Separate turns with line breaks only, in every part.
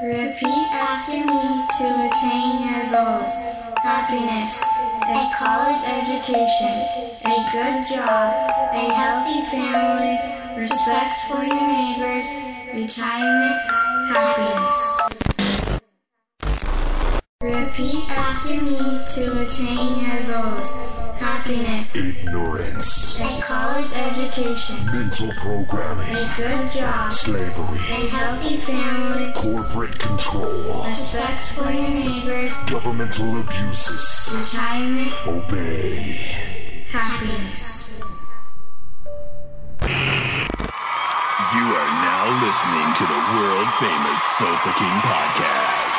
Repeat after me to attain your goals. Happiness, a college education, a good job, a healthy family, respect for your neighbors, retirement, happiness. Repeat after me to attain your goals. Happiness,
ignorance,
a college education,
mental programming,
a good job,
slavery,
a healthy family,
corporate control,
respect for your neighbors,
governmental abuses.
retirement,
Obey.
happiness.
You are now listening to the world famous Sofa King podcast.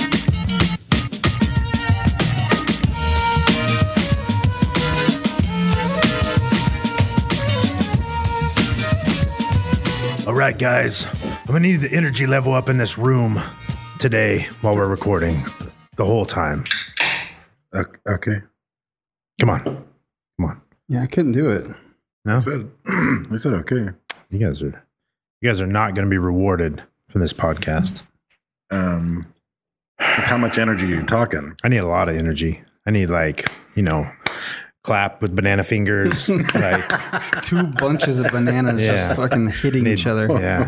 All right, guys. I'm gonna need the energy level up in this room today while we're recording the whole time.
Okay. okay.
Come on, come on.
Yeah, I couldn't do it.
No,
I said, I said okay.
you guys are you guys are not gonna be rewarded for this podcast.
Um, how much energy are you talking?
I need a lot of energy. I need like you know, clap with banana fingers. like
Two bunches of bananas
Yeah.
just fucking hitting
need-
each other.
Yeah,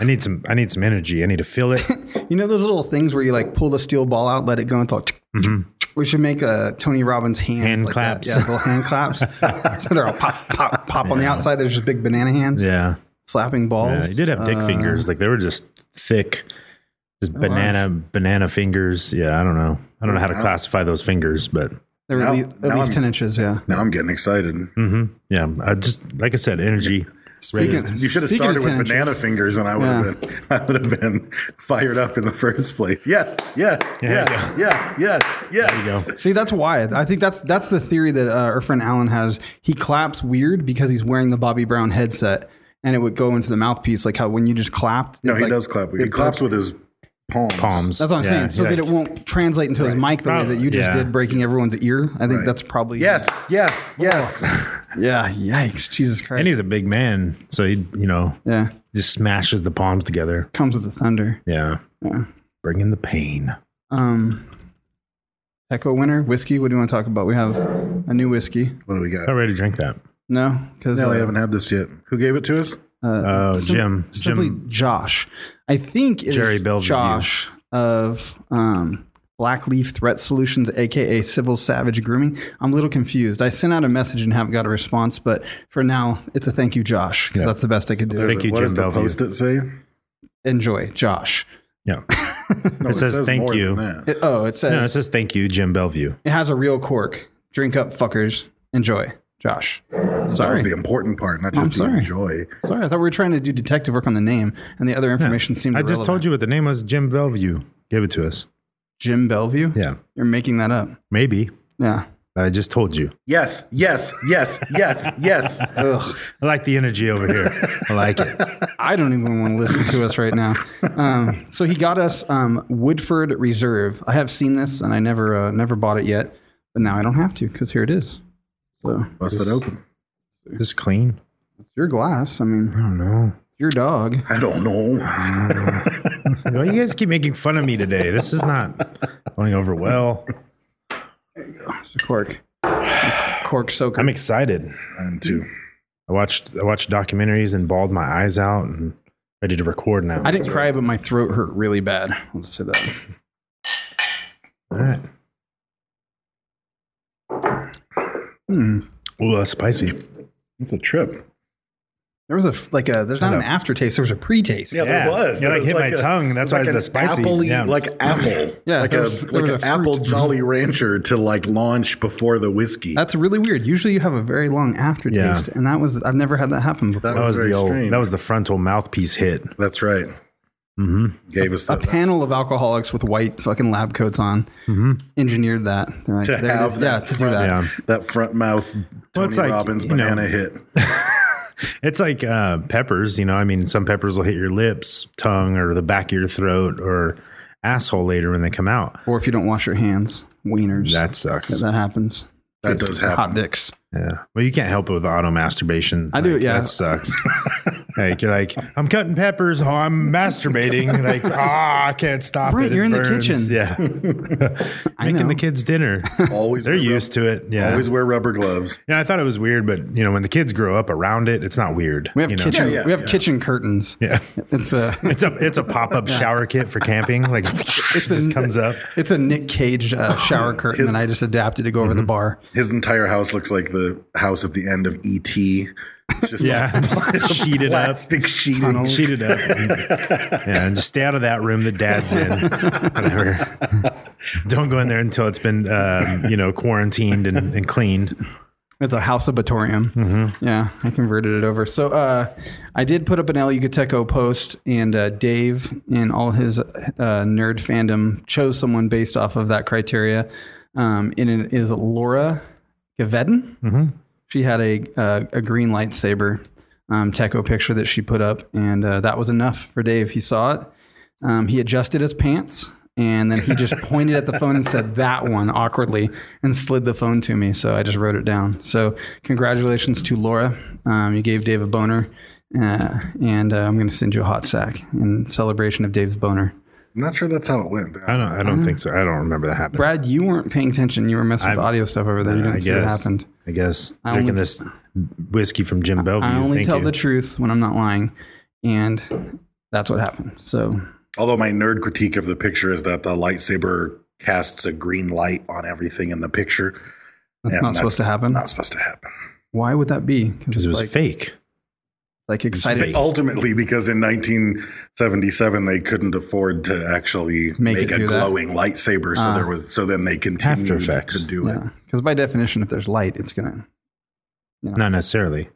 I need some. I need some energy. I need to feel it.
You know those little things where you like pull the steel ball out, let it go, and talk.
Mm-hmm.
We should make a Tony Robbins hands
Hand
like that.
claps.
Yeah, little hand claps. so they're all pop, pop, pop on the outside. There's just big banana hands
Yeah,
slapping balls.
yeah. You did have dick
Uh, oh,
fingers. Like they were just thick. Just banana, banana fingers. Yeah, I don't know. I don't know how to classify those fingers, but
They were
Now-
at least, at
now
least
I'm-
ten inches. Yeah.
Now I'm getting excited.
Mm-hmm. Yeah. I just like I said, energy.
Speaking-
You should have
speaking of
started with
10
banana
inches.
fingers, and I would
Yeah.
have been, I would have been fired up in the first place. Yes, yes,
Yeah,
yes, yes, yes, yes.
There you go.
See, that's why I think that's that's the theory that uh, our friend Alan has. He claps weird because he's wearing the Bobby Brown headset, and it would go into the mouthpiece like how when you just clapped. it,
No, he
like-
does clap. He
it
claps
broke-
with his palms.
Palms.
That's what I'm
Yeah,
saying, so
yeah.
that it won't translate into his mic the way that you just
Yeah.
did, breaking everyone's ear. I think that's probably
Yes, yes,
Oh.
yes.
Yeah, yikes, Jesus Christ.
And he's a big man, so he you know
yeah,
just smashes the palms together.
comes with the thunder.
Yeah.
Yeah.
Bring in the pain.
Um, Echo winner whiskey. What do you want to talk about? We have a new whiskey.
What do we
I
got?
already drank that.
No, uh, because
No, we haven't had this yet. Who gave it to us?
Oh, Jim.
Uh, simply
Jim.
Josh. I think it's
Jerry Belview.
Josh of um, Black Leaf Threat Solutions, aka Civil Savage Grooming. I'm a little confused. I sent out a message and haven't got a response, but for now, it's a thank you, Josh, because that's the best I could do.
Thank you,
what does
Jim
the
Bellevue.
post it say?
Enjoy, Josh.
Yeah.
No,
It says thank
more
you.
than that.
It- oh, it says
No, it says thank you, Jim Bellevue.
it has a real cork. Drink up, fuckers. Enjoy, Josh.
That was
Sorry.
the important part, not just the
sorry.
enjoy.
Sorry, I thought we were trying to do detective work on the name, and the other information seemed
I just told you what the name was. Jim Bellevue gave it to us.
Jim Bellevue?
Yeah.
You're making that up.
Maybe.
Yeah.
But I just told you.
Yes, yes, yes, yes, yes.
Ugh.
I like the energy over here. I like it.
I don't even want to listen to us right now. Um, so he got us um, Woodford Reserve. I have seen this and I never uh, never bought it yet, but now I don't have to because here it is. So
Bust it open.
Is this clean?
it's your glass. I mean,
I don't know.
your dog.
I don't know.
Why you guys keep making fun of me today? This is not going over well.
It's a cork. Cork soaker.
I'm excited.
I'm too.
I watched I watched documentaries and bawled my eyes out and ready to record now.
I didn't cry, but my throat hurt really bad. I'll just say that.
All right.
Hmm.
Ooh, that's spicy.
It's a trip.
There was a f- like a there's not an aftertaste. There was a pre-taste.
Yeah,
Yeah.
there was.
Yeah,
There
like
was
hit my tongue.
it
That's
was
why
like
the
an
spicy-
apple-y-
yeah.
Like apple.
Yeah,
like
there
a
was- there
like
was
an
a
apple
fruit.
Jolly Rancher to like launch before the whiskey.
That's really weird. Usually you have a very long aftertaste, and that was I've never had that happen before.
That
That was
very
the old
strange.
that was the frontal mouthpiece hit.
That's right. Gave us the,
Mm-hmm. a panel of alcoholics with white fucking lab coats on engineered that. They're like,
to
there it
have
is.
that,
yeah, to do
front,
that.
Yeah.
that front mouth Tony
Well, it's like,
Robbins
you know,
banana hit.
It's like uh, peppers, you know. I mean, some peppers will hit your lips, tongue, or the back of your throat, or asshole later when they come out.
Or if you don't wash your hands, wieners.
That sucks.
Yeah, that happens.
That does
Hot
happen.
dicks.
Yeah. Well, you can't help it with auto masturbation.
I do, yeah.
That sucks. like you're like, I'm cutting peppers. Oh, I'm masturbating. Like, ah, I can't stop.
Brent,
it. It
you're in the
burns.
kitchen.
Yeah.
I know.
Making the kids dinner.
Always
They're
wear rub-
used to it. Yeah.
Always wear rubber gloves.
yeah. I thought it was weird, but you know, when the kids grow up around it, it's not weird.
We have
you know?
kitchen.
Yeah, yeah,
we have
yeah.
kitchen curtains.
Yeah.
It's a
It's a it's a pop up shower kit for camping. Like, it just comes up.
it's a Nick Cage uh, shower curtain, and I just adapted to go over the bar.
His entire house looks like the house at the end of ET. It's just
Yeah,
like
sheeted up.
plastic sheeting.
Cheated up. yeah, and just stay out of that room that dad's in. Whatever. Don't go in there until it's been, um, you know, quarantined and, and cleaned.
It's a house abatorium. Yeah, I converted it over. So uh, I did put up an El Yucateco post, and uh, Dave and all his uh, nerd fandom chose someone based off of that criteria. Um, and it is Laura Gavedin. She had a uh, a green lightsaber um, Teco picture that she put up, and uh, that was enough for Dave. He saw it. Um, he adjusted his pants, and then he just pointed at the phone and said that one awkwardly, and slid the phone to me. So I just wrote it down. So congratulations to Laura. Um, you gave Dave a boner, uh, and uh, I'm going to send you a hot sack in celebration of Dave's boner.
I'm not sure that's how it went.
I don't. I don't think so. I don't remember that happening.
Brad, you weren't paying attention. You were messing with
I-
audio stuff over there. You didn't
I
see what
guess.
happened.
I guess
I
drinking
only-
this whiskey from Jim Bellevue.
I only
Thank
tell
you.
the truth when I'm not lying, and that's what happened. So
Although my nerd critique of the picture is that the lightsaber casts a green light on everything in the picture.
that's
Yeah,
not supposed to
Mm-hmm.
happen.
Not supposed to happen.
Why would that be?
because
Because
it
it's
was
like,
fake.
like excited.
fake.
Ultimately, because in 1977 they couldn't afford to actually
Make
make,
it do that.
a glowing lightsaber, so there was so then they continued
Ah. After Effects.
to do it.
Yeah. Because by definition, if there's light, it's gonna.
Not necessarily.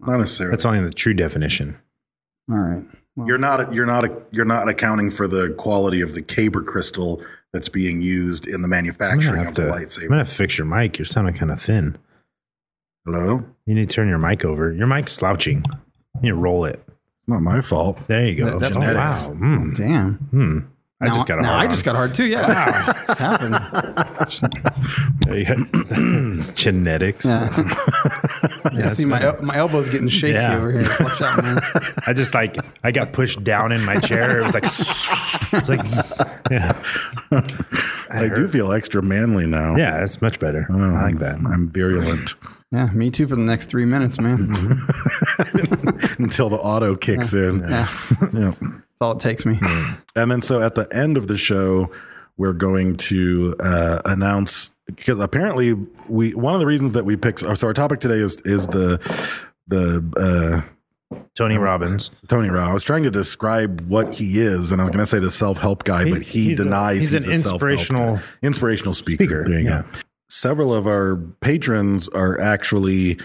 Not necessarily.
That's only the true definition.
All right. Well,
You're not you're not you're not accounting for the quality of the caber crystal that's being used in the
I'm gonna
manufacturing
have
of the
to. I'm
lightsaber.
gonna fix your mic. You're sounding kind of thin.
Hello, it's
You need to turn your mic over. Your mic's slouching. You need to roll it.
not my fault.
There you go.
That- that's
oh, wow.
genetics.
Mm.
damn.
Hmm. I
Now-
just got a
now
hard
I
on.
just got hard too. Yeah. It's happened.
There you go. it's genetics.
Yeah. I see my el- my elbow's getting shaky
Yeah.
over here. Watch out, man.
I just like I got pushed down in my chair. It was like, it was like yeah,
I do feel extra manly now. Oh,
yeah, that's much better. Um, I like that.
I'm virulent
Yeah, me too for the next three minutes, man.
Mm-hmm.
That's
until the auto kicks in. Yeah.
all it takes me.
And then so at the end of the show, we're going to uh, announce because apparently we one of the reasons that we picked so our topic today is is the the uh,
Tony Robbins.
Tony Rao. I was trying to describe what he is, and I was going to say the self help guy,
He-
but he
he's a-
denies
he's an
a self-help
inspirational
guy. inspirational speaker.
speaker,
There you
yeah.
go. Several of our patrons are actually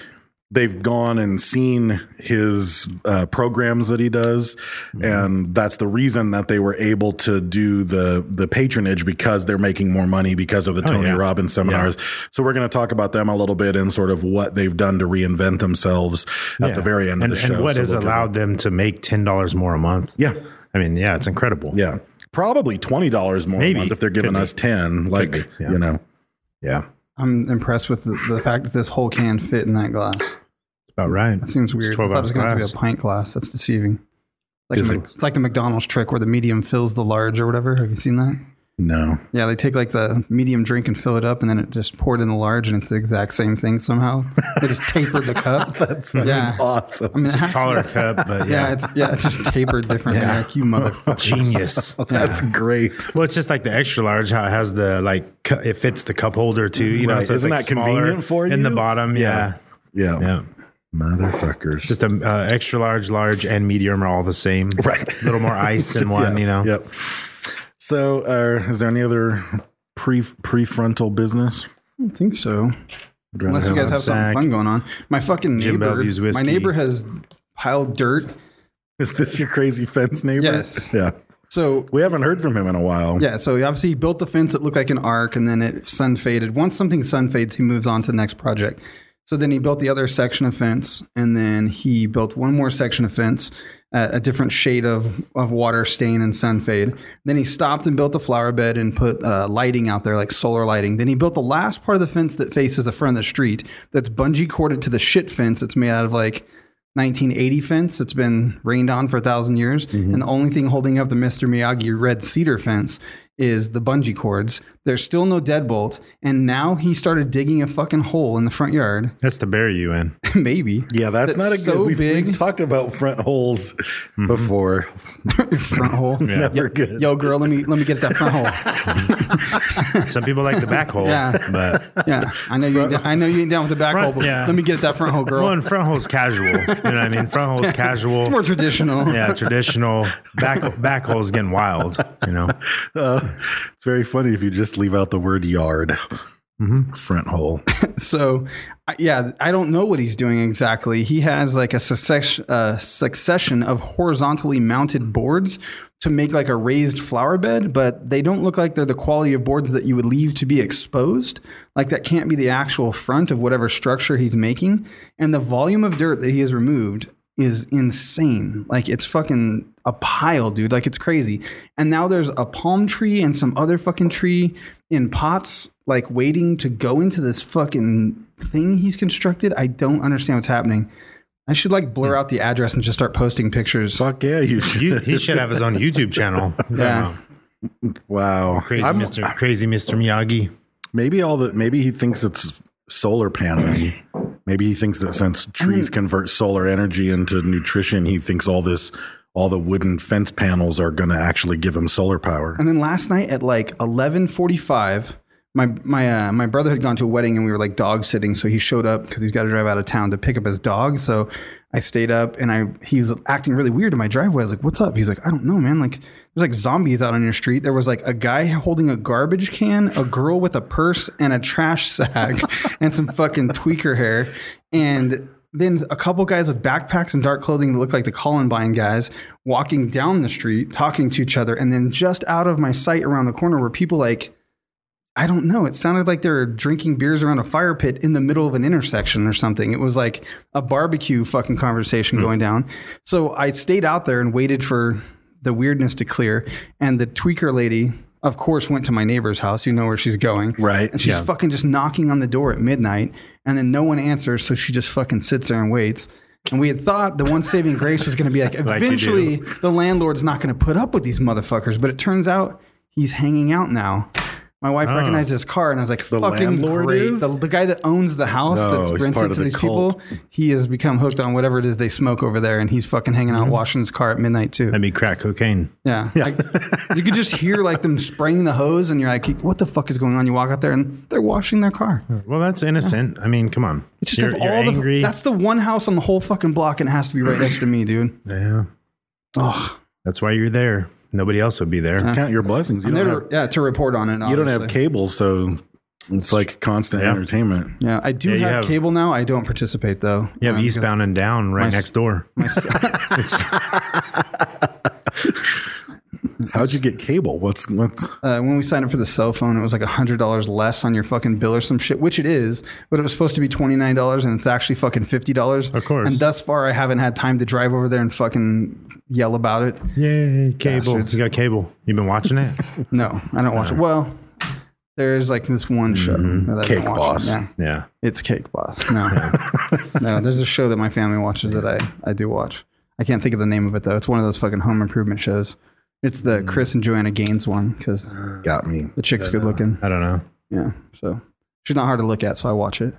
they've gone and seen his uh, programs that he does,
Mm-hmm.
and that's the reason that they were able to do the the patronage because they're making more money because of the Tony
Oh, yeah.
Robbins seminars. So we're going to talk about them a little bit and sort of what they've done to reinvent themselves at the very end
and,
of the show.
and what
So
has
we'll give-
allowed them to make ten dollars more a month?
Yeah.
I mean, yeah, it's incredible.
Yeah. Probably twenty dollars more
Maybe.
a month if they're
Could
giving
be.
us ten. Like
be, yeah.
you know.
yeah, it's
I'm impressed with the, the fact that this whole can fit in that glass.
about right.
That seems
It's
weird. I
Twelve
thought it
ounce
was going to be
glass.
a pint glass. That's deceiving. Like
Is
Mc-
it-
it's like the McDonald's trick where the medium fills the large or whatever. Have you seen that?
No.
Yeah, they take like the medium drink and fill it up, and then it just poured in the large, and it's the exact same thing somehow. They just tapered the cup. That's yeah.
Awesome.
I mean, it has-
taller cup, but
yeah,
yeah,
it's yeah, it's just tapered differently. Like you motherfucker.
genius.
That's great.
Well, it's just like the extra large, how it has the like, cu- it fits the cup holder too, you know.
Right.
So it's
Isn't
like
that convenient
smaller
for
in the
you?
bottom? Yeah,
Yeah.
yeah.
Motherfuckers.
Just a uh, extra large, large, and medium are all the same.
Right.
A little more ice in one,
Yeah.
you know.
Yep. So uh, is there any other pre prefrontal business?
I don't think so. Unless you guys have something
Sack.
fun going on. My fucking
Jim
neighbor,
Bellevue's
my
whiskey.
neighbor has piled dirt
Is this your crazy fence neighbor?
Yes.
Yeah.
So
We haven't heard from him in a while.
Yeah, so he obviously he built the fence that looked like an arc and then it sun faded. Once something sun fades, he moves on to the next project. So then he built the other section of fence and then he built one more section of fence at a different shade of, of water stain and sun fade. Then he stopped and built a flower bed and put uh, lighting out there, like solar lighting. Then he built the last part of the fence that faces the front of the street that's bungee corded to the shit fence that's made out of like 1980 fence that's been rained on for a thousand years,
Mm-hmm.
and the only thing holding up the Mr. Miyagi red cedar fence is the bungee cords. There's still no deadbolt, and now he started digging a fucking hole in the front yard.
That's to bury you in.
Maybe.
Yeah, that's, not a good.
so
we've,
big
we've talked about front holes
Mm-hmm.
before.
front hole.
Never good.
Yo, girl, let me let me get that front hole.
Some people like the back hole,
Yeah.
but
Yeah, I know you. Ain't, I know you ain't down with the back
Front-
hole, but
yeah.
let me get that front hole, girl.
well, and front hole's casual. You know what I mean? Front hole's casual.
It's more traditional.
yeah, traditional. Back back hole's getting wild. You know,
Uh, it's very funny if you just leave out the word yard.
Mm-hmm.
Front hole.
So, I- yeah, I don't know what he's doing exactly. He has like a succession, uh, succession of horizontally mounted boards to make like a raised flower bed, but they don't look like they're the quality of boards that you would leave to be exposed. Like that can't be the actual front of whatever structure he's making. And the volume of dirt that he has removed is insane. Like it's fucking a pile, dude. Like it's crazy. And now there's a palm tree and some other fucking tree in pots, like waiting to go into this fucking thing he's constructed. I don't understand what's happening. I should like blur out the address and just start posting pictures.
Fuck yeah, you
you, he should have his own YouTube channel.
Yeah.
Wow.
Crazy
I'm-
Mr. Crazy Mr. Miyagi.
Maybe all the maybe he thinks it's solar paneling. Maybe he thinks that since trees convert solar energy into nutrition, he thinks all this all the wooden fence panels are going to actually give him solar power.
And then last night at like eleven forty-five, my my uh, my brother had gone to a wedding and we were like dog sitting, so he showed up because he's got to drive out of town to pick up his dog. So I stayed up and I he's acting really weird in my driveway. I was like, "What's up?" He's like, "I don't know, man. Like there's like zombies out on your street. There was like a guy holding a garbage can, a girl with a purse and a trash sack, and some fucking tweaker hair, and." Then a couple guys with backpacks and dark clothing that looked like the Columbine guys walking down the street, talking to each other, and then just out of my sight around the corner were people like, I don't know, it sounded like they were drinking beers around a fire pit in the middle of an intersection or something. It was like a barbecue fucking conversation going down. So I stayed out there and waited for the weirdness to clear. And the tweaker lady, of course, went to my neighbor's house. You know where she's going.
Right,
And she's
yeah.
fucking just knocking on the door at midnight. And then no one answers. So she just fucking sits there and waits. And we had thought the one saving grace was going to be like,
you do.
eventually the landlord's not going to put up with these motherfuckers. But it turns out he's hanging out now. My wife
Ah.
recognized his car, and I was like,
The
"Fucking
landlord
great!"
is?
The, the guy that owns the house
No,
that's
he's part
rented
of
to
the
these
cult.
people, he has become hooked on whatever it is they smoke over there, and he's fucking hanging out
Mm-hmm.
washing his car at midnight too.
That'd be crack cocaine.
yeah, Like, you could just hear like them spraying the hose, and you're like, "What the fuck is going on?" You walk out there, and they're washing their car.
Well, that's innocent. I mean, come on.
It's just
Hmm. you're,
of
you're
all
angry.
the that's the one house on the whole fucking block, and it has to be right next to me, dude.
yeah.
Oh,
That's why you're there. Nobody else would be there.
Count your blessings. You don't, have,
yeah, to report on it.
you don't have
obviously.
cable, so it's like constant
Yeah.
entertainment.
Yeah, I do
Yeah, you
have,
have-
cable now. I don't participate though.
You have
Um, because-
eastbound and down right
s-
next door.
How'd you get cable? What's what's
uh, when we signed up for the cell phone, it was like hundred dollars less on your fucking bill or some shit, which it is. But it was supposed to be twenty nine dollars, and it's actually fucking fifty dollars.
Of course.
And thus far, I haven't had time to drive over there and fucking yell about it.
Yay, cable.
Bastards.
You got cable. You've been watching it?
No, I don't watch it. Well, there's like this one show, that I've been
Cake
watching.
Boss.
Yeah,
yeah.
it's Cake Boss. No, no, there's a show that my family watches that I I do watch. I can't think of the name of it though. It's one of those fucking home improvement shows. It's the Chris and Joanna Gaines one because the
got me?
chick's good looking.
I don't know.
Yeah, so she's not hard to look at, so I watch it.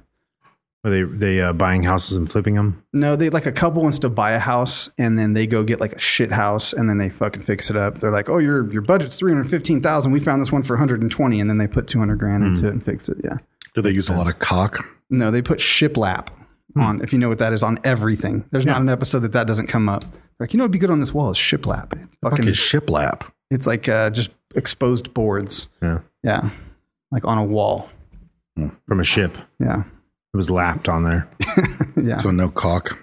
Are they they uh, buying houses and flipping them?
No, they like a couple wants to buy a house and then they go get like a shit house and then they fucking fix it up. They're like, "Oh, your your budget's 315,000. We found this one for 120." And then they put 200 grand
Hmm.
into it and fix it. Yeah.
Do they use a lot of cock?
No, they put shiplap
Hmm.
on if you know what that is on everything. There's not an episode that that doesn't come up. Like, you know what'd be good on this wall is shiplap. It
Fuck
Fucking
is shiplap.
it's like uh, just exposed boards.
Yeah.
Yeah. Like on a wall.
From a ship.
Yeah.
It was lapped on there.
Yeah.
So no cock.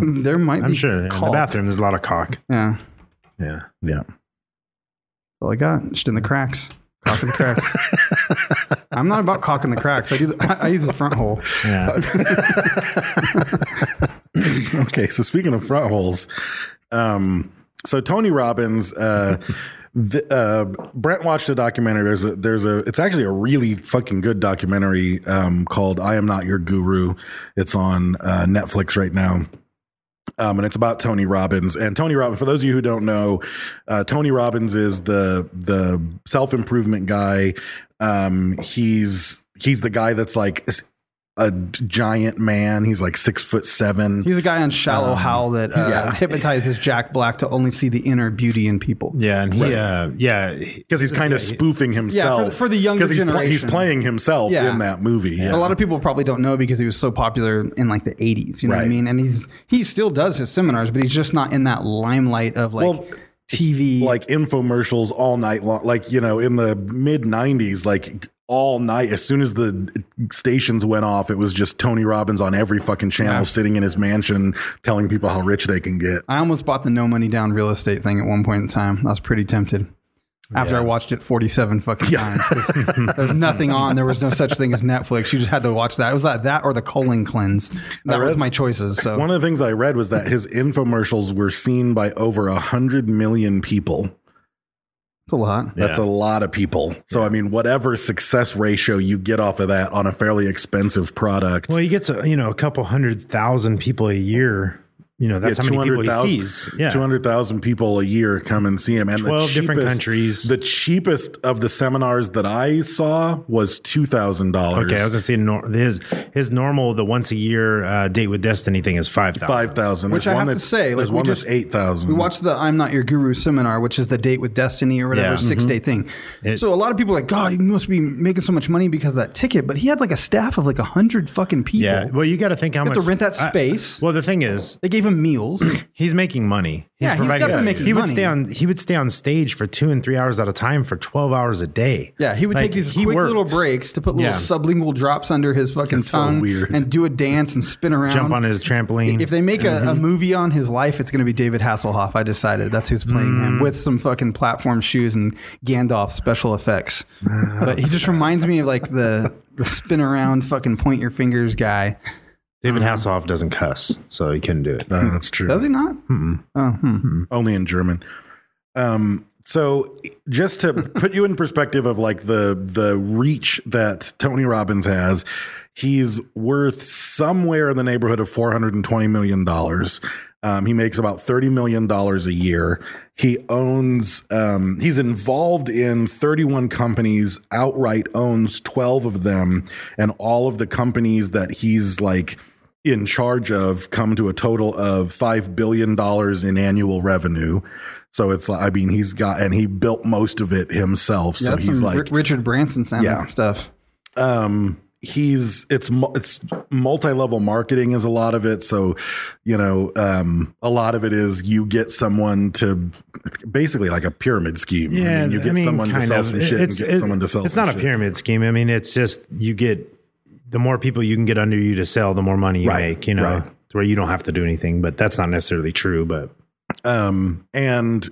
there might
I'm
be.
sure in the
caulk.
bathroom there's a lot of cock.
Yeah, that's
Yeah.
Yeah.
all I got. Just in the cracks. Cock in the cracks. I'm not about cock in the cracks. I do. The, I, I use the front hole.
Yeah.
okay, so speaking of front holes, um, so Tony Robbins, uh, the, uh, Brent watched a documentary. There's a there's a it's actually a really fucking good documentary um, called "I Am Not Your Guru." It's on uh, Netflix right now. Um, and it's about Tony Robbins. And Tony Robbins, for those of you who don't know, uh, Tony Robbins is the the self improvement guy. Um, he's he's the guy that's like a giant man. He's like six foot seven.
He's a guy on Shallow Hal that uh,
Um, yeah.
hypnotizes Jack Black to only see the inner beauty in people.
Yeah. And he, uh, yeah. he-
because he's kind of spoofing himself.
for the younger
'Cause he's pla- he's
generation.
playing himself
Yeah.
in that movie. Yeah.
A lot of people probably don't know because he was so popular in like the 80s, you know what I
Right.
mean? And he's he still does his seminars, but he's just not in that limelight of like
Well,
TV.
like infomercials all night long. Like you know, in the mid '90s, like all night. As soon as the stations went off, it was just Tony Robbins on every fucking channel, sitting in his mansion, telling people how rich they can get.
I almost bought the no money down real estate thing at one point in time. I was pretty tempted. After I watched it 47 fucking times. 'cause There's nothing on. There was no such thing as Netflix. You just had to watch that. It was like that or the colon cleanse. That was
read-
my choices. So
One of the things I read was that his infomercials were seen by over a hundred million people.
it's a lot.
That's a lot of people. So I mean, whatever success ratio you get off of that on a fairly expensive product,
Well, he gets, a, you know, a couple hundred thousand people a year. You know, that's
yeah,
how many people he
200,000
sees. Yeah.
200,000 people a year come and see him. And
12 different countries.
The cheapest of the seminars that I saw was $2,000.
Okay, I was gonna say nor- his his normal the once a year uh, date with destiny thing is five thousand.
5,000.
Which
There's
I
one
have to
that's-
say, like,
there's
we
one
just-
that's 8,000.
We watched the I'm Not Your Guru seminar, which is the date with destiny or whatever
Yeah.
mm-hmm.
six day thing. so a lot of people are like, God, you must be making so much money because of that ticket. But he had like a staff of like a hundred fucking people.
Yeah, well, you got to think how
You
much
have to rent that
I-
space.
well, the thing is,
they gave him meals.
he's making money. He's
Yeah, he's definitely making
He would
money.
stay on. He would stay on stage for two and three hours at a time for twelve hours a day.
yeah, he would
Like,
take these
he
quick little
works.
breaks to put little
Yeah.
sublingual drops under his fucking
It's so
tongue
weird.
and do a dance and spin around.
jump on his trampoline.
If they make a,
Mm-hmm.
a movie on his life, it's going to be David Hasselhoff. I decided that's who's playing him
Mm.
with some fucking platform shoes and Gandalf special effects.
Ah.
but he just reminds me of like the, the spin around fucking point your fingers guy.
David Hasselhoff doesn't cuss, so he couldn't do it.
Uh, that's true.
Does he not?
Hmm. only in German. Um, so just to put you in perspective of like the the reach that Tony Robbins has, he's worth somewhere in the neighborhood of four hundred and twenty million dollars. Um, he makes about thirty million dollars a year. He owns. Um, he's involved in thirty-one companies. Outright owns twelve of them, and all of the companies that he's like in charge of come to a total of five billion dollars in annual revenue. So it's like I mean he's got and he built most of it himself.
Yeah,
so
that's
he's
some
like
Ri- Richard Branson sounding
Yeah.
stuff.
um he's it's mu- it's multi-level marketing is a lot of it so you know um a lot of it is you get someone to it's basically like a pyramid scheme I mean, you get someone to
kind
sell
of.
some
It-
shit and
it's-
get
it-
someone to sell
It's
some
not a
shit.
pyramid scheme. I mean, it's just you get the more people you can get under you to sell, the more money you
Right,
make. You know,
right.
to where you don't have to do anything. But that's not necessarily true. But
um and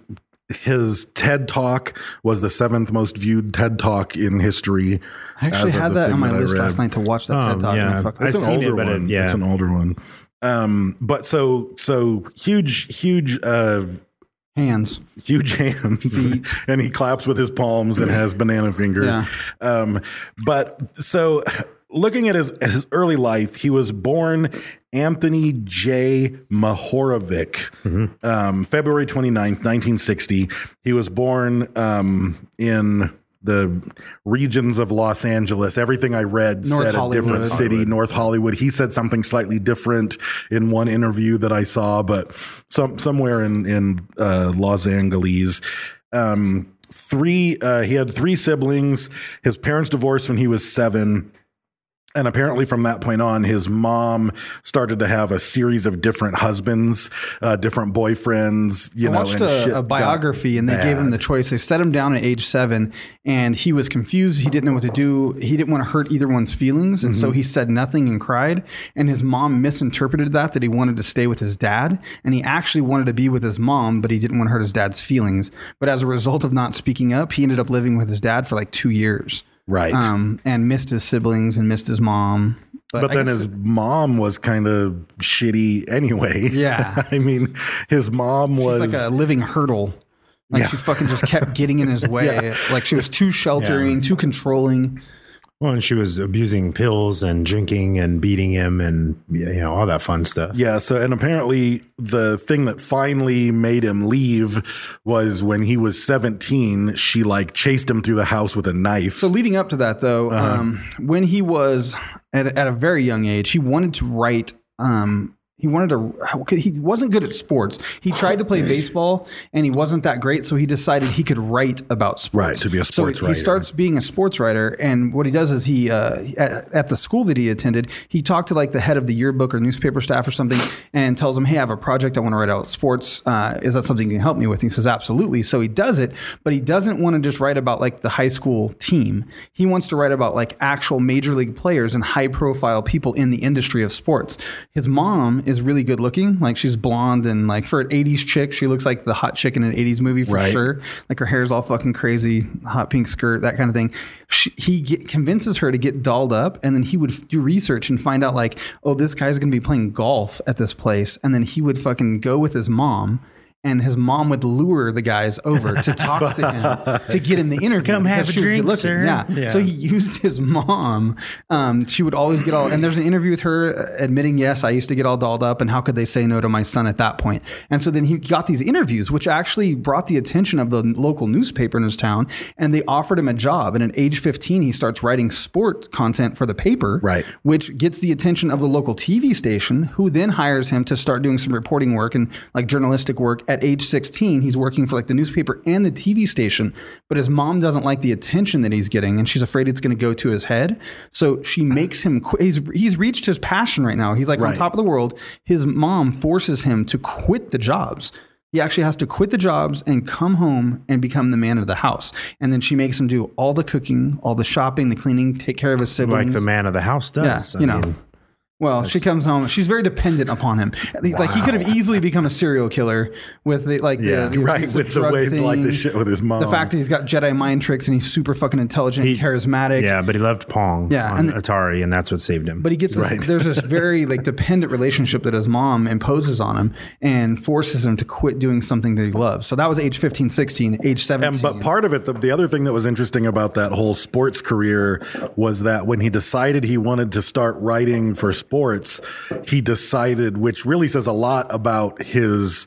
his TED talk was the seventh most viewed TED talk in history.
I actually
as of
had
the
that
thing
on my
I
list
read.
last night to watch that TED
Um,
talk. and I
yeah.
fucking-
I
It's
I've
an
seen it,
older
but it-
one.
yeah.
It's an older one. Um, but so so huge, huge uh
hands.
huge hands
Feet.
and he claps with his palms and has banana fingers
Yeah.
um, but so looking at his, his early life he was born anthony j mahorovic um, february 29th 1960 he was born um, in the regions of Los Angeles. Everything I read
North
said
Hollywood.
a different
North
city, North Hollywood. He said something slightly different in one interview that I saw, but some somewhere in in uh, Los Angeles. Um, three, uh, he had three siblings. His parents divorced when he was seven. And apparently, from that point on, his mom started to have a series of different husbands, uh, different boyfriends. You
I
know,
watched
and shit
a, a
got
biography and they gave him the
bad.
choice. They set him down at age seven and he was confused. He didn't know what to do. He didn't want to hurt either one's feelings. And
Mm-hmm.
so he said nothing and cried. And his mom misinterpreted that, that he wanted to stay with his dad. And he actually wanted to be with his mom, but he didn't want to hurt his dad's feelings. But as a result of not speaking up, he ended up living with his dad for like two years.
Right.
Um, and missed his siblings and missed his mom.
but
I
then
guess-
his mom was kind of shitty anyway.
Yeah.
I mean, his mom was
She's like a living hurdle. Like she fucking just kept getting in his way. Like she was too sheltering, too controlling.
Well, and she was abusing pills and drinking and beating him and you know all that fun stuff.
Yeah. So, and apparently, the thing that finally made him leave was when he was 17, she like chased him through the house with a knife.
So leading up to that, though,
Uh-huh.
um, when he was at, at a very young age, he wanted to write. Um, he wanted to. He wasn't good at sports. He tried to play baseball, and he wasn't that great. So he decided he could write about sports.
Right, to be a
So
sports
he
writer.
starts being a sports writer, and what he does is he uh, at, at the school that he attended, he talked to like the head of the yearbook or newspaper staff or something, and tells him, "Hey, I have a project I want to write about sports. Uh, is that something you can help me with?" He says, "Absolutely." So he does it, but he doesn't want to just write about like the high school team. He wants to write about like actual major league players and high profile people in the industry of sports. His mom is really good looking, like she's blonde and like for an '80s chick, she looks like the hot chick in an '80s movie for
Right.
sure her. Like her hair's all fucking crazy, hot pink skirt, that kind of thing. She, he get, convinces her to get dolled up, and then he would f- do research and find out like, oh, this guy's gonna be playing golf at this place, and then he would fucking go with his mom. And his mom would lure the guys over to talk to him to get him the interview.
Come have
because
a
she was
drink,
good-looking.
sir.
Yeah.
Yeah.
So he used his mom. Um, she would always get all, and there's an interview with her uh, admitting, yes, I used to get all dolled up, and how could they say no to my son at that point? And so then he got these interviews, which actually brought the attention of the local newspaper in his town, and they offered him a job. And at age 15, he starts writing sport content for the paper,
Right.
Which gets the attention of the local TV station, who then hires him to start doing some reporting work and like journalistic work. At age 16, he's working for like the newspaper and the TV station, but his mom doesn't like the attention that he's getting and she's afraid it's going to go to his head. So she makes him quit. He's, he's reached his passion right now. He's like on
Right.
top of the world. His mom forces him to quit the jobs. He actually has to quit the jobs and come home and become the man of the house. And then she makes him do all the cooking, all the shopping, the cleaning, take care of his siblings.
Like the man of the house does.
Yeah, you know. Well, she comes home. She's very dependent upon him. Like he could have easily become a serial killer with the like
Yeah,
the, the
right,
abusive
with the
drug
way- like the
thing,
shit with his mom.
The fact that he's got Jedi mind tricks and he's super fucking intelligent, and charismatic.
yeah, but he loved Pong
Yeah,
on
and-
Atari, and that's what saved him.
But he gets this, there's this very like dependent relationship that his mom imposes on him and forces him to quit doing something that he loves. So that was age 15, 16, age 17.
And but part of it, the, the other thing that was interesting about that whole sports career was that when he decided he wanted to start writing for sports, he decided, which really says a lot about his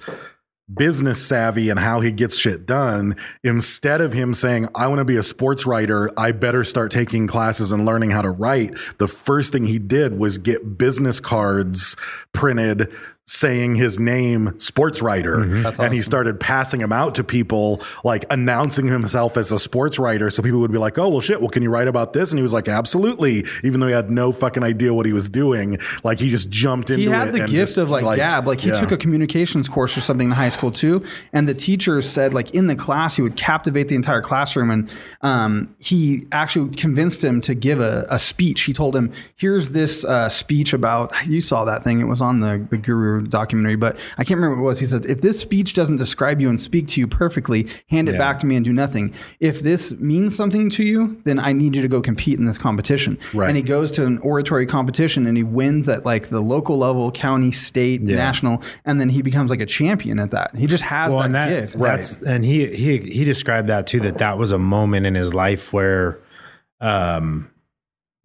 business savvy and how he gets shit done. Instead of him saying, I want to be a sports writer, I better start taking classes and learning how to write, the first thing he did was get business cards printed saying his name, sports writer.
Mm-hmm.
And he started passing them out to people, like announcing himself as a sports writer. So people would be like, oh, well, shit, well, can you write about this? And he was like, absolutely. Even though he had no fucking idea what he was doing, like he just jumped into
he
it
had the
and
gift
just,
of like, gab. Like he
yeah.
took a communications course or something in high school too, and the teacher said like in the class he would captivate the entire classroom, and um, he actually convinced him to give a, a speech. He told him, "Here's this uh, speech about you saw that thing. It was on the the Guru documentary, but I can't remember what it was." He said, "If this speech doesn't describe you and speak to you perfectly, hand it back to me and do nothing. If this means something to you, then I need you to go compete in this competition."
Right.
And he goes to an oratory competition and he wins at like the local level, county, state, national, and then he becomes like a champion at that. He just has
well,
that,
and that
gift.
that's and he he he described that too that that was a moment in his life where um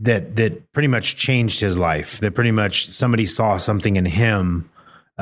that that pretty much changed his life that pretty much somebody saw something in him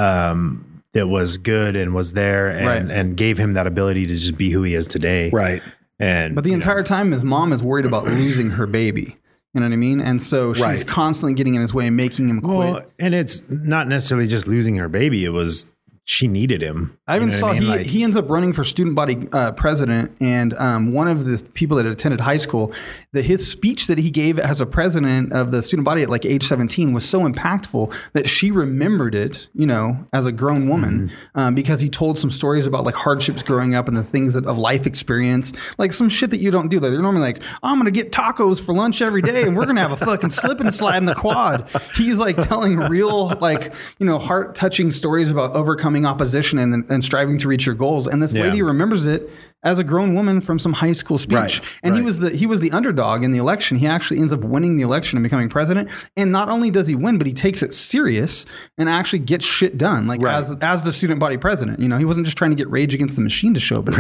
um that was good and was there and
Right.
and gave him that ability to just be who he is today
Right.
and
But the
you know,
entire time, his mom is worried about losing her baby. You know what I mean? And so she's
Right.
constantly getting in his way and making him quit.
well, and it's not necessarily just losing her baby it was she needed him.
I even
You know
saw
what
he,
mean? Like,
he ends up running for student body uh, president, and um, one of the people that attended high school, that his speech that he gave as a president of the student body at like age seventeen was so impactful that she remembered it, you know, as a grown woman,
Mm-hmm.
um, because he told some stories about like hardships growing up and the things that, of life experience, like some shit that you don't do. Like they're normally like, I'm gonna get tacos for lunch every day, and we're gonna have a fucking slip and slide in the quad. He's like telling real, like you know, heart touching stories about overcoming opposition and, and striving to reach your goals. And this
Yeah.
lady remembers it as a grown woman from some high school speech.
Right,
and he
right.
was the he was the underdog in the election. He actually ends up winning the election and becoming president. And not only does he win, but he takes it serious and actually gets shit done. Like
Right.
as as the student body president, you know, he wasn't just trying to get Rage Against the Machine to show, but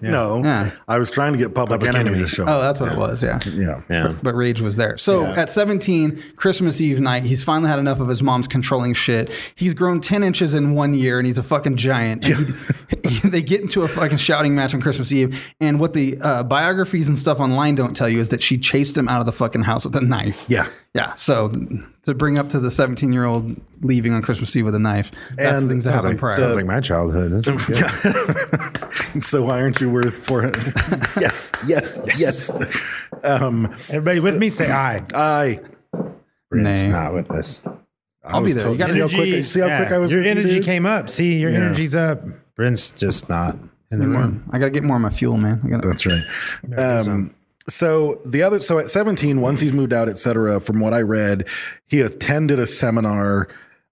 No,
Yeah.
I was trying to get Public,
Public
Enemy,
Enemy.
to show.
oh,
up.
that's what it was. Yeah.
yeah.
yeah.
But Rage was there. So at 17, Christmas Eve night, he's finally had enough of his mom's controlling shit. He's grown 10 inches in one year and he's a fucking giant. And he- they get into a fucking shouting match on Christmas Eve. And what the uh, biographies and stuff online don't tell you is that she chased him out of the fucking house with a knife.
Yeah.
Yeah. So to bring up to the 17 year old leaving on Christmas Eve with a knife, that's
And
things that
Sounds
happen
like,
prior.
sounds like my childhood. That's-
So why aren't you worth 400? yes, yes, yes. Um,
Everybody with me, say aye.
I
Brent's
Nay.
not with us.
I'll be there. You gotta
see how quick, see how quick I was.
Your
with you,
energy
dude?
came up. See, your
Yeah. Mm-hmm.
energy's up. Brent's just not in the
More-
room.
I got to get more of my fuel, man. I gotta,
That's right. Um, so the other, so at 17, once he's moved out, et cetera, from what I read, he attended a seminar.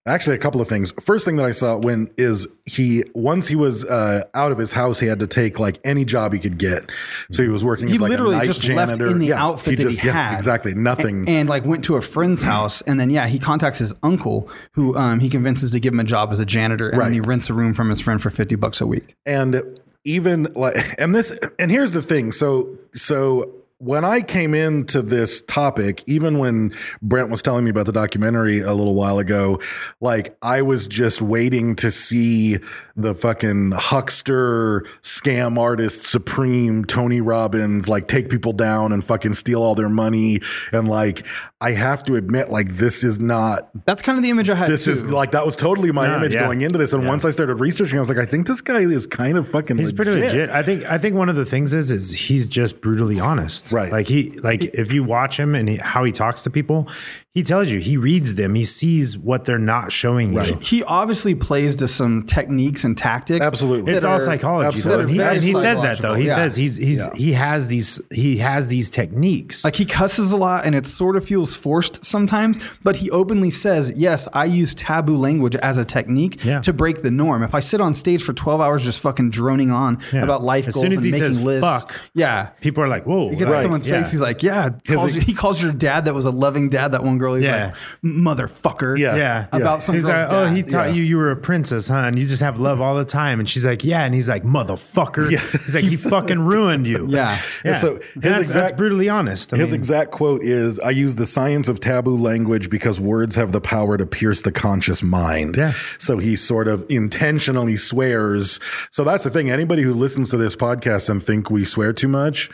Actually, a couple of things. First thing that I saw when is he once he was uh, out of his house, he had to take like any job he could get. So he was working.
He
as, like, a
literally
night
just
janitor.
left in the
Yeah,
outfit that
just-
he
yeah,
had.
Exactly, nothing. Mm.
And, and, like went to a friend's house, and then yeah, he contacts his uncle, who um, he convinces to give him a job as a janitor, and
Right.
then he rents a room from his friend for fifty bucks a week.
and even like and this and here's the thing so so when i came into this topic even when brent was telling me about the documentary a little while ago like i was just waiting to see the fucking huckster scam artist supreme tony robbins like take people down and fucking steal all their money and like i have to admit like this is not
That's kind of the image I had.
this
too.
is like that was totally my
No,
image
yeah.
going into this and once i started researching i was like i think this guy is kind of fucking
He's pretty legit. I think. I think one of the things is is he's just brutally honest.
Right.
Like he like if you watch him and he, how he talks to people, he tells you he reads them. He sees what they're not showing you.
Right.
he obviously plays to some techniques and tactics.
Absolutely.
It's
that
all
are-
psychology,
that
though.
are
And he,
very
and he says that
psychological.
though. He
Yeah.
says he's he's he has these he has these techniques.
Like he cusses a lot and it sort of feels forced sometimes, but he openly says, Yes, I use taboo language as a technique
Yeah.
to break the norm. If I sit on stage for 12 hours just fucking droning on
Yeah.
about life
As
goals
soon as
and
he
making
says
lists.
fuck,
yeah.
people are like, whoa.
You get
right,
on someone's
yeah.
face, he's like, Yeah. Calls
he-
you, he calls your dad that was a loving dad, that one girl. He's
Yeah.
like, Motherfucker.
Yeah.
yeah,
About some
He's like,
girl's
oh,
dad.
he taught
Yeah. Mm-hmm.
you you were a princess, huh? And you just have love all the time. And she's like, yeah. And he's like, motherfucker. He's like, he fucking ruined you.
Yeah.
yeah.
And so
And
his
that's, that's
exact-
brutally honest. I
His
mean,
exact quote is I use the science of taboo language because words have the power to pierce the conscious mind.
Yeah.
So he sort of intentionally swears. So that's the thing. Anybody who listens to this podcast and think we swear too much,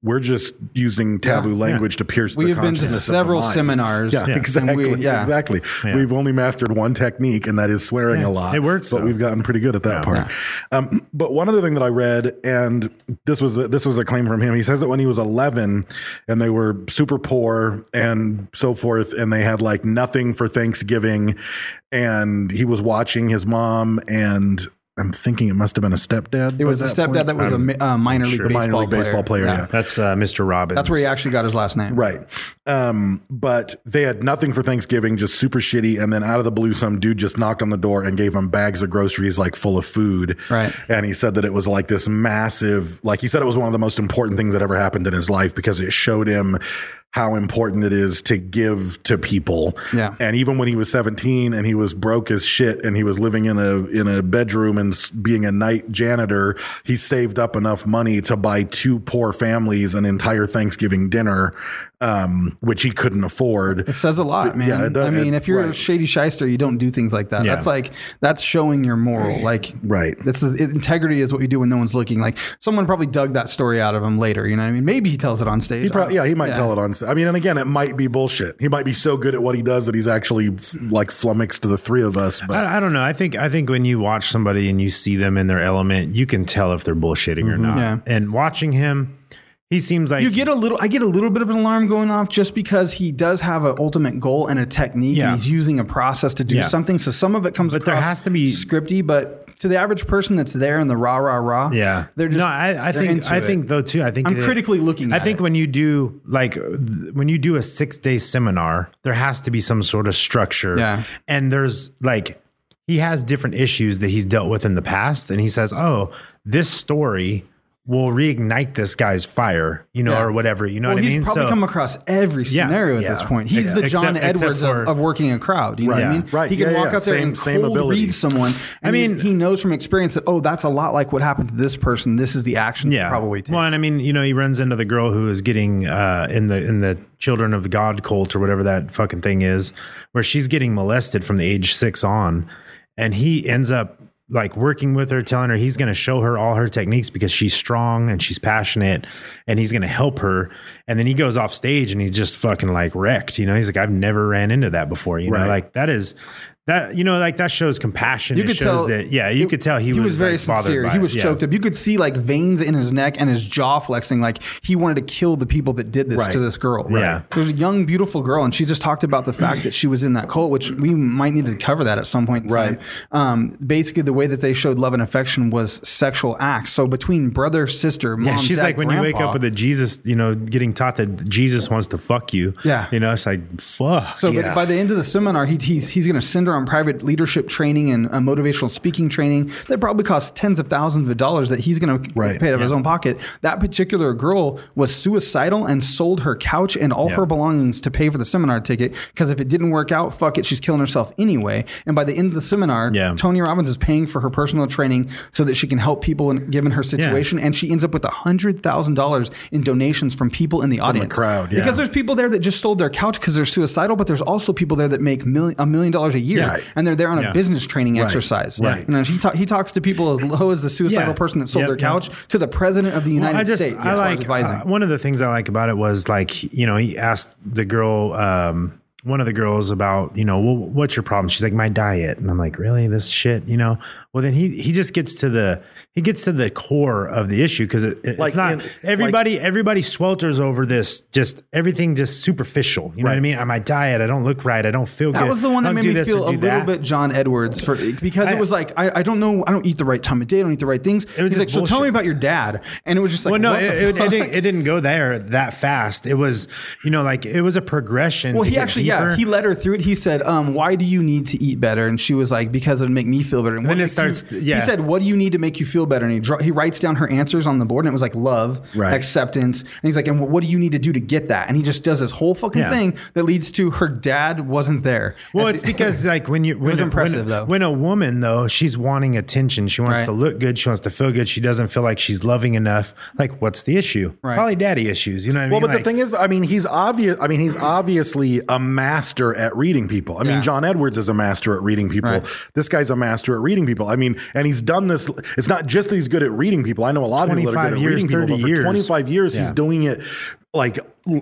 we're just using taboo language to pierce
We
the
have been to
consciousness. of the
several
mind.
seminars.
Yeah,
Yeah.
exactly.
And we- yeah.
Exactly.
Yeah.
We've only mastered one technique, and that is swearing
Yeah,
a lot.
it works,
But
though.
we've gotten pretty good at that part. Um, but one other thing that I read, and this was a, this was a claim from him. He says that when he was 11, and they were super poor and so forth, and they had like nothing for Thanksgiving, and he was watching his mom and. I'm thinking it must have been a stepdad.
It was a
by
stepdad
point.
that was a mi- uh, minor, league
The
baseball
minor league baseball player. yeah.
That's uh, Mr. Robbins.
That's where he actually got his last name.
Right. Um, but they had nothing for Thanksgiving, just super shitty. And then out of the blue, some dude just knocked on the door and gave him bags of groceries, like full of food.
Right.
And he said that it was like this massive, like he said it was one of the most important things that ever happened in his life because it showed him how important it is to give to people.
Yeah.
And even when he was 17 and he was broke as shit and he was living in a in a bedroom and s- being a night janitor, he saved up enough money to buy two poor families an entire Thanksgiving dinner um, which he couldn't afford.
It says a lot, man.
yeah, it does-
I mean,
it-
if you're a
right.
shady shyster, you don't do things like that.
Yeah.
That's like that's showing your moral. Like
Right.
This is integrity is what you do when no one's looking. Like someone probably dug that story out of him later. You know what I mean? Maybe he tells it on stage.
He probably, yeah, he might tell it on. I mean, and again, it might be bullshit. He might be so good at what he does that he's actually f- like flummoxed to the three of us. But
I, I don't know. I think I think when you watch somebody and you see them in their element, you can tell if they're bullshitting
Mm-hmm.
or not.
Yeah.
And watching him, he seems like
You get a little. I get a little bit of an alarm going off just because he does have an ultimate goal and a technique,
Yeah.
and he's using a process to do
Yeah.
something. So some of it comes.
But there
across
has to be-
scripty, but to the average person that's there in the rah rah rah,
yeah.
they're just
no. I, I
they're
think
into
I
it.
think though too. I think
I'm
that-
critically looking
I
at
think
it.
when you do like th- when you do a six day seminar, there has to be some sort of structure.
Yeah.
And there's like he has different issues that he's dealt with in the past, and he says, "Oh, this story." Will reignite this guy's fire, you know,
Yeah.
or whatever. You know
Well,
what I
he's
mean?
probably come across every
Yeah,
scenario at
yeah.
this point. He's
Ex-
the John
except- except
Edwards of,
for-
of working a crowd. You know what I
Right.
mean?
Right.
He can
Yeah,
walk
yeah.
up there
Same-
and
same
cold
ability.
read someone. I mean,
mean-
he, he knows from experience that oh, that's a lot like what happened to this person. This is the action. Yeah, probably take.
Well, and I mean, you know, he runs into the girl who is getting uh, in the in the Children of God cult or whatever that fucking thing is, where she's getting molested from the age six on, and he ends up like working with her, telling her he's going to show her all her techniques because she's strong and she's passionate, and he's going to help her. And then he goes off stage and he's just fucking like wrecked. You know, he's like, I've never ran into that before. You know,
Right.
like that is. That you know, like that shows compassion.
you
It
could
shows
tell
that, yeah, you
it-
could tell he,
was, very
like, bothered
sincere.
by
He
it.
was
Yeah.
choked up. You could see like veins in his neck and his jaw flexing, like he wanted to kill the people that did this
Right.
to this girl.
Yeah.
there's a young, beautiful girl, and she just talked about the fact that she was in that cult, which we might need to cover that at some point. in time.
Right.
Um, basically, the way that they showed love and affection was sexual acts. So between brother, sister, mom,
Yeah, she's
dad,
like when you wake
grandpa.
up with a Jesus, you know, getting taught that Jesus wants to fuck you.
Yeah.
You know, it's like, fuck.
So but
Yeah.
by the end of the seminar, he, he's he's going to send her on private leadership training and uh, motivational speaking training that probably costs tens of thousands of dollars that he's going to
Right.
pay out of his own pocket. That particular girl was suicidal and sold her couch and all her belongings to pay for the seminar ticket because if it didn't work out, fuck it, she's killing herself anyway. And by the end of the seminar,
Yeah.
Tony Robbins is paying for her personal training so that she can help people in, given her situation, and she ends up with hundred thousand dollars in donations from people in the audience
crowd, yeah.
because there's people there that just sold their couch because they're suicidal, but there's also people there that make million, a million dollars a year,
Yeah.
and they're there on a
Yeah.
business training exercise.
Right.
You know, he, ta- he talks to people as low as the suicidal
Yeah.
person that sold
Yep,
their
yep.
couch to the president of the United
I just,
States.
I
as far as
like,
advising.
uh, one of the things I like about it was like, you know, he asked the girl, um, one of the girls about, you know, well, what's your problem? She's like, my diet. And I'm like, really? This shit, you know? Well, then he, he just gets to the, he gets to the core of the issue because it, it's
Like
not,
in-
everybody, everybody swelters over this, just everything just superficial. You know what I
Right.
mean? I My diet, I don't look right. I don't feel
that
good.
was the one
I don't
that made
do
me
this or
feel a
do
little
that.
bit John Edwards for because it
I-
was like I, I don't know I don't eat the right time of day I don't eat the right things.
It was
He's like
just
so tell me
bullshit.
about your dad and it was just like
well, no,
what the
it, it, it,
fuck?
didn't, it didn't go there that fast. It was, you know, like it was a progression.
Well,
to
he
get
actually,
deeper.
yeah, he led her through it. He said, um, "Why do you need to eat better?" And she was like, "Because it would make me feel better." And, what
then it
makes
starts-
you-
yeah.
He said, "What do you need to make you feel better?" And he dr- he writes down her answers on the board, and it was like love,
Right.
acceptance, and he's like, "And what do you need to do to get that?" And he just does this whole fucking
Yeah.
thing that leads to her dad wasn't there.
Well,
At
it's
the-
because like when you when
was
a- when,
impressive,
a-
though.
when a woman though she's wanting attention, she wants
Right.
to look good, she wants to feel good, she doesn't feel like she's loving enough. Like, what's the issue?
Right.
Probably daddy issues. You know what I
well,
mean?
but the thing is, I mean, he's obvious. I mean, he's obviously a master at reading people. I
Yeah.
mean, John Edwards is a master at reading people.
Right.
This guy's a master at reading people. I mean, and he's done this. It's not just that he's good at reading people. I know a lot of people that are
25
good at
years,
reading people,
30
but for
years.
25 years, he's
Yeah.
doing it like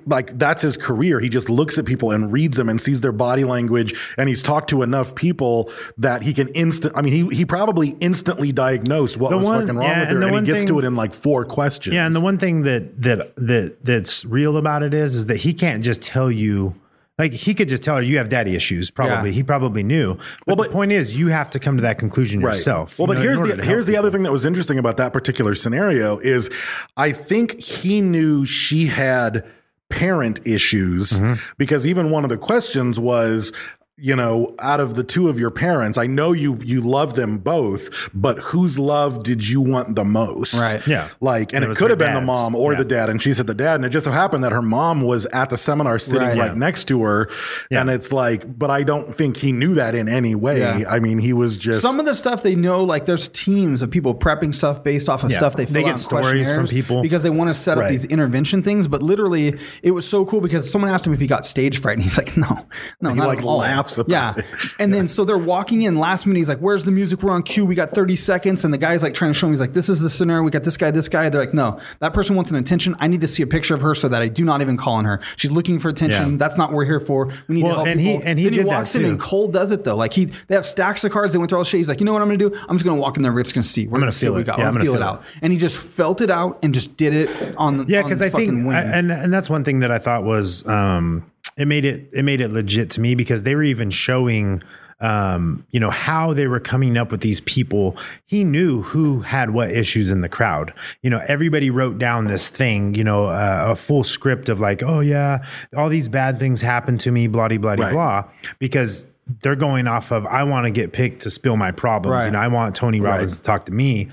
like that's his career. He just looks at people and reads them and sees their body language, and he's talked to enough people that he can instant. I mean, he he probably instantly diagnosed what
The
was
one-
fucking wrong
yeah,
with
and
her,
the
and,
one
he gets
thing-
to it in like four questions.
Yeah, and the one thing that that that that's real about it is is that he can't just tell you like he could just tell her you have daddy issues. Probably
Yeah.
he probably knew. But
Well,
the
but-
point is you have to come to that conclusion yourself.
Well,
you
but
know, in
here's
order
the
to help
here's the other
people.
thing that was interesting about that particular scenario is I think he knew
Mm-hmm.
she had parent issues because even one of the questions was you know, out of the two of your parents, I know you you love them both, but whose love did you want the most?
Right.
Yeah.
Like, and
It
it,
was
could
her
have been the
dad's.
mom or
Yeah.
the dad, and she said the dad, and it just so happened that her mom was at the seminar sitting
Right.
right,
Yeah.
next to her,
Yeah.
and it's like, but I don't think he knew that in any way.
Yeah.
I mean, he was just
Some of the stuff they know, like there's teams of people prepping stuff based off of
Yeah.
stuff they fill
They get
out in
stories from
questionnaires
people.
because they want to set up
Right.
these intervention things. But literally, it was so cool because someone asked him if he got stage fright, and he's like, "No, no,
He,
not
like,
at all."
laughs about
yeah,
it.
and then so they're walking in last minute. He's like, "Where's the music? We're on cue. We got 30 seconds." And the guy's like trying to show him. He's like, "This is the scenario. We got this guy, this guy." They're like, "No, that person wants an attention. I need to see a picture of her so that I do not even call on her. She's looking for attention.
Yeah.
That's not what we're here for. We need
Well,
to help
and he-
people."
and he
then he
did that
walks in
too.
and Cole does it though. Like he, they have stacks of cards. They went through all the shades. He's like, you know what I'm going to do? I'm just going to walk in there. We're just going to see. We're going
gonna
to see
feel
what we
it.
got.
Yeah,
I'm
I'm
going
gonna
to feel it
feel it.
out. And he just felt it out and just did it on the
Yeah,
on
because
the
I think,
fucking wing.
I- and and that's one thing that I thought was um, it made it it made it legit to me because they were even showing um, you know how they were coming up with these people. He knew who had what issues in the crowd. You know, everybody wrote down this thing. You know, uh, a full script of like, oh yeah, all these bad things happened to me, blah de blah de
Right.
blah, because. They're going off of I want to get picked to spill my problems,
Right.
and I want Tony Robbins to talk to me.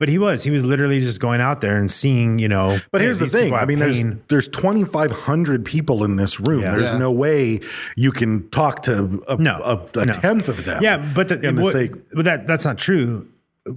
But he was he was literally just going out there and seeing, you know.
But
hey,
here's the
these people
thing. I
have
mean,
pain.
there's there's 2,500 people in this room.
Yeah.
There's
Yeah.
no way you can talk to a,
no
a, a
no.
tenth of them.
Yeah, but the,
in the
what-
sake-
but that that's not true.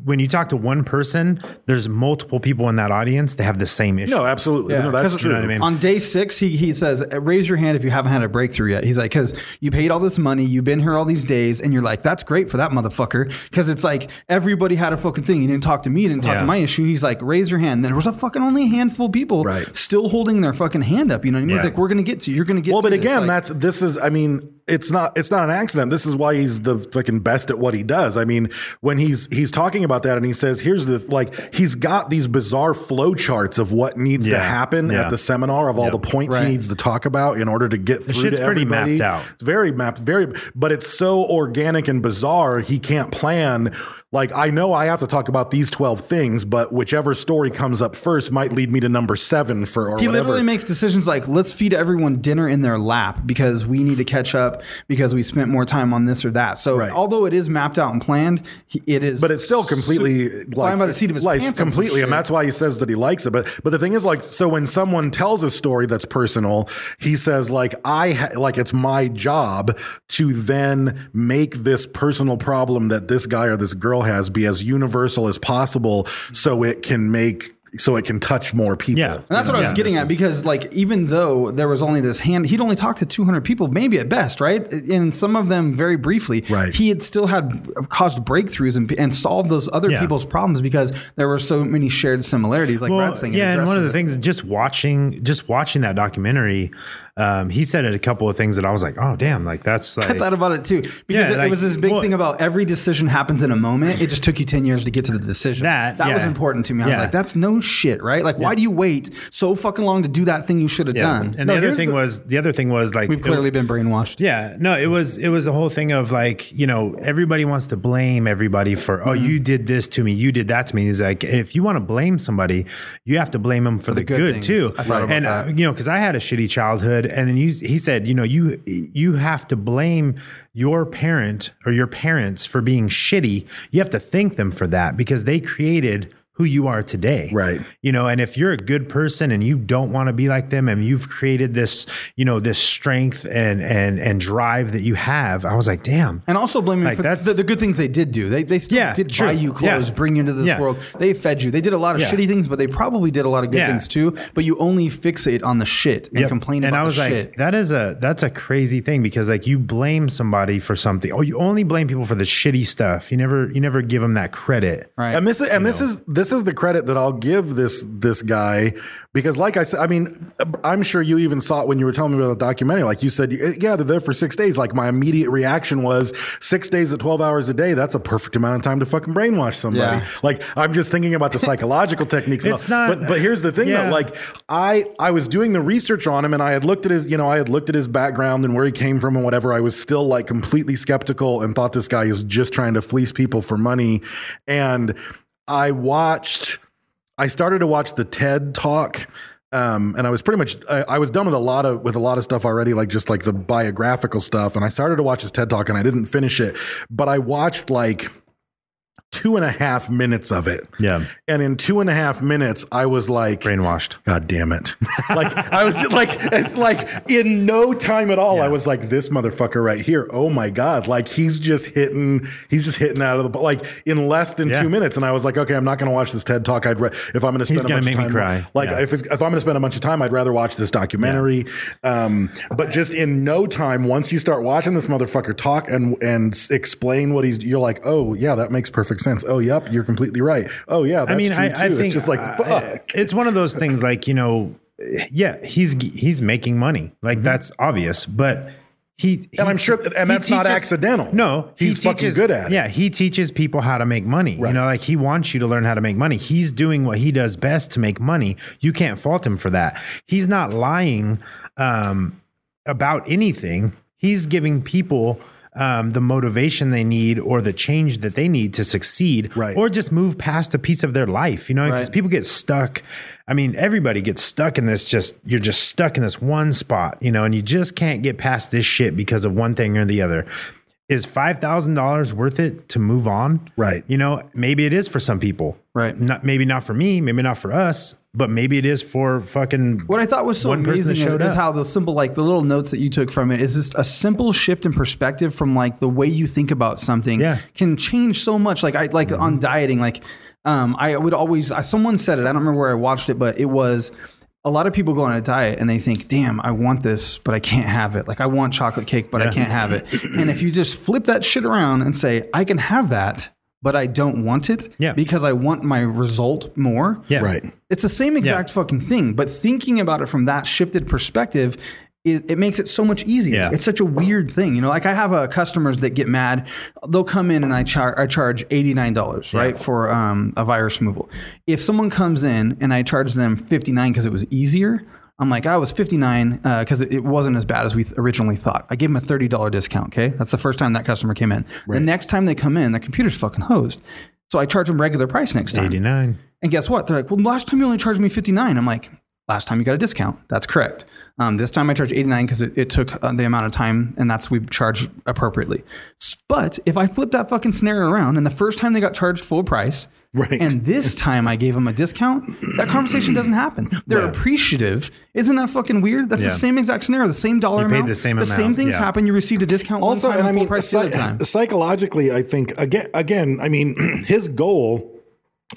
When you talk to one person, there's multiple people in that audience that have the same issue.
no, absolutely.
Yeah.
No, that's
'Cause-
true.
You know what I mean?
On day six, he, he says, raise your hand if you haven't had a breakthrough yet. He's like, because you paid all this money, you've been here all these days, and you're like, that's great for that motherfucker. Because it's like, everybody had a fucking thing. You didn't talk to me, you didn't talk
Yeah.
to my issue. He's like, raise your hand. There was a fucking only handful of people
Right.
still holding their fucking hand up. You know what I mean? It's
Yeah.
like, we're going to get to you. You're going to get
Well,
to
but
this."
again,
Like-
that's this is. I mean, it's not it's not an accident. This is why he's the fucking best at what he does. I mean, when he's he's talking about that and he says, "Here's the like," he's got these bizarre flow charts of what needs to
Yeah.
happen
Yeah.
at the seminar of all the points
Right.
he needs to talk about in order to get through.
shit's
to
pretty
everybody.
mapped out.
It's very mapped, very. But it's so organic and bizarre. He can't plan. Like I know I have to talk about these twelve things, but whichever story comes up first might lead me to number seven for or
He
whatever.
literally makes decisions like, let's feed everyone dinner in their lap because we need to catch up because we spent more time on this or that. So,
Right.
although it is mapped out and planned, he- it is.
but it's still completely
su-
like,
flying by the seat of his
life,
pants. on some
completely,
shit.
and that's why he says that he likes it. But but the thing is, like, so when someone tells a story that's personal, he says like I ha- like it's my job to then make this personal problem that this guy or this girl has be as universal as possible, so it can make so it can touch more people.
Yeah.
And that's what I was
Yeah,
getting
this
at because, like, even though there was only this hand, he'd only talked to 200 people, maybe at best, right? And some of them very briefly.
Right.
He had still had caused breakthroughs and, and solved those other
Yeah.
people's problems because there were so many shared similarities, like Brad's saying.
Yeah, and one of the
addressing
things just watching just watching that documentary, um, he said a couple of things that I was like, oh damn, like that's like
I thought about it too because
Yeah,
it, it
like,
was this big
well-
thing about every decision happens in a moment. It just took you ten years to get to the decision.
That,
that was
yeah.
important to me. I was
Yeah.
like, that's no shit, right? Like, why do you wait so fucking long to do that thing you should have
Yeah.
done?
And
No,
the other
here's
thing was the other thing was like
we've
it-
clearly been brainwashed.
Yeah, no, it was it was a whole thing of like you know everybody wants to blame everybody for
Mm-hmm.
oh you did this to me you did that to me. He's like if you want to blame somebody, you have to blame them for, the,
the good
good,
things.
too.
I thought about
and
that.
uh, you know because I had a shitty childhood, and then you, he said you know you you have to blame your parent or your parents for being shitty. You have to thank them for that because they created who you are today
Right.
you know and if you're a good person and you don't want to be like them and you've created this you know this strength and and and drive that you have i was like damn
And also blaming
Like,
for
that's-
the, the good things they did do. They, they still
Yeah,
did
true.
buy you clothes,
Yeah.
bring you into this
Yeah.
world. They fed you. They did a lot of
Yeah.
shitty things, but they probably did a lot of good
Yeah.
things too. But you only fixate on the shit and
Yep.
complain
and
about
I was
the
like,
shit.
that is a that's a crazy thing because like you blame somebody for something, or you only blame people for the shitty stuff. You never you never give them that credit.
right.
And this and this is this is the credit that I'll give this this guy because like I said, I mean, I'm sure you even saw it when you were telling me about the documentary. Like you said, yeah, they're there for six days. Like my immediate reaction was six days at twelve hours a day. That's a perfect amount of time to fucking brainwash somebody.
Yeah.
Like I'm just thinking about the psychological techniques. and
It's
all.
not-
But, but here's the thing
Yeah.
though. Like I I was doing the research on him and I had looked at his you know I had looked at his background and where he came from and whatever. I was still like completely skeptical and thought this guy is just trying to fleece people for money. And I watched I started to watch the TED talk um, and I was pretty much I, I was done with a lot of with a lot of stuff already, like just like the biographical stuff. And I started to watch his TED talk, and I didn't finish it, but I watched like two and a half minutes of it.
Yeah.
And in two and a half minutes, I was like,
Brainwashed.
God damn it. like I was just like it's like in no time at all I was like this motherfucker right here. Oh my god. Like he's just hitting he's just hitting out of the like in less than
Yeah.
2 minutes and I was like okay, I'm not going to watch this TED talk. I'd re- if I'm going to spend
He's
a
gonna
bunch
make
of
me
time
cry.
like
Yeah.
if it's, if I'm going to spend a bunch of time I'd rather watch this documentary. Um but just in no time once you start watching this motherfucker talk and and s- explain what he's you're like, "Oh, yeah, that makes perfect sense. Oh, yep, you're completely right. Oh, yeah, that's
I mean,
true
I,
too."
I think
it's just like
I-
fuck.
it's one of those things like you know, yeah, he's he's making money, like that's obvious, but. He, he-
Mm-hmm. And I'm sure- and
he
that's not accidental.
No, he
He's fucking
teaches-
good at it.
Yeah, he teaches people how to make money. You know, like he wants you to learn how to make money. He's doing what he does best to make money. You can't fault him for that. He's not lying um, about anything. He's giving people um, the motivation they need or the change that they need to succeed,
Right.
or just move past a piece of their life. You know, because
Right.
people get stuck. I mean, everybody gets stuck in this. Just you're just stuck in this one spot. You know, and you just can't get past this shit because of one thing or the other. Is five thousand dollars worth it to move on?
Right.
You know, maybe it is for some people.
Right.
Not maybe not for me. Maybe not for us. But maybe it is for fucking.
What I thought was so
One person
amazing is,
showed
is
up.
how the simple, like the little notes that you took from it, is just a simple shift in perspective from like the way you think about something
Yeah. Mm-hmm.
can change so much. Like I like on dieting, like um, I would always. I, someone said it. I don't remember where I watched it, but it was. A lot of people go on a diet and they think, "Damn, I want this, but I can't have it. Like I want chocolate cake, but I can't have it." And if you just flip that shit around and say, "I can have that, but I don't want it
Yeah.
because I want my result more,"
Yeah.
Right.
It's the same exact fucking thing, but thinking about it from that shifted perspective, is, it makes it so much easier.
Yeah.
It's such a weird thing, you know. Like I have uh, customers that get mad. They'll come in and I, char- I charge eighty nine dollars, right, for um, a virus removal. If someone comes in and I charge them fifty nine because it was easier, I'm like, I was fifty nine because it, it wasn't as bad as we th- originally thought. I gave them a thirty dollar discount. Okay, that's the first time that customer came in. The next time they come in, their computer's fucking hosed. So I charge them regular price next time.
Eighty nine.
And guess what? They're like, well, last time you only charged me 59. I'm like, last time you got a discount. That's correct. Um, this time I charged 89 because it, it took uh, the amount of time and that's we charge appropriately. S- But if I flip that fucking scenario around and the first time they got charged full price,
Right.
and this time I gave them a discount, that conversation doesn't happen. They're appreciative. Isn't that fucking weird? That's
Yeah.
the same exact scenario, the same dollar
paid
amount.
the same
the same
amount,
things
yeah.
happen. You received a discount
also,
one time
and I
and full
mean,
price the
psy-
other time.
psychologically, I think again, again, I mean, his goal.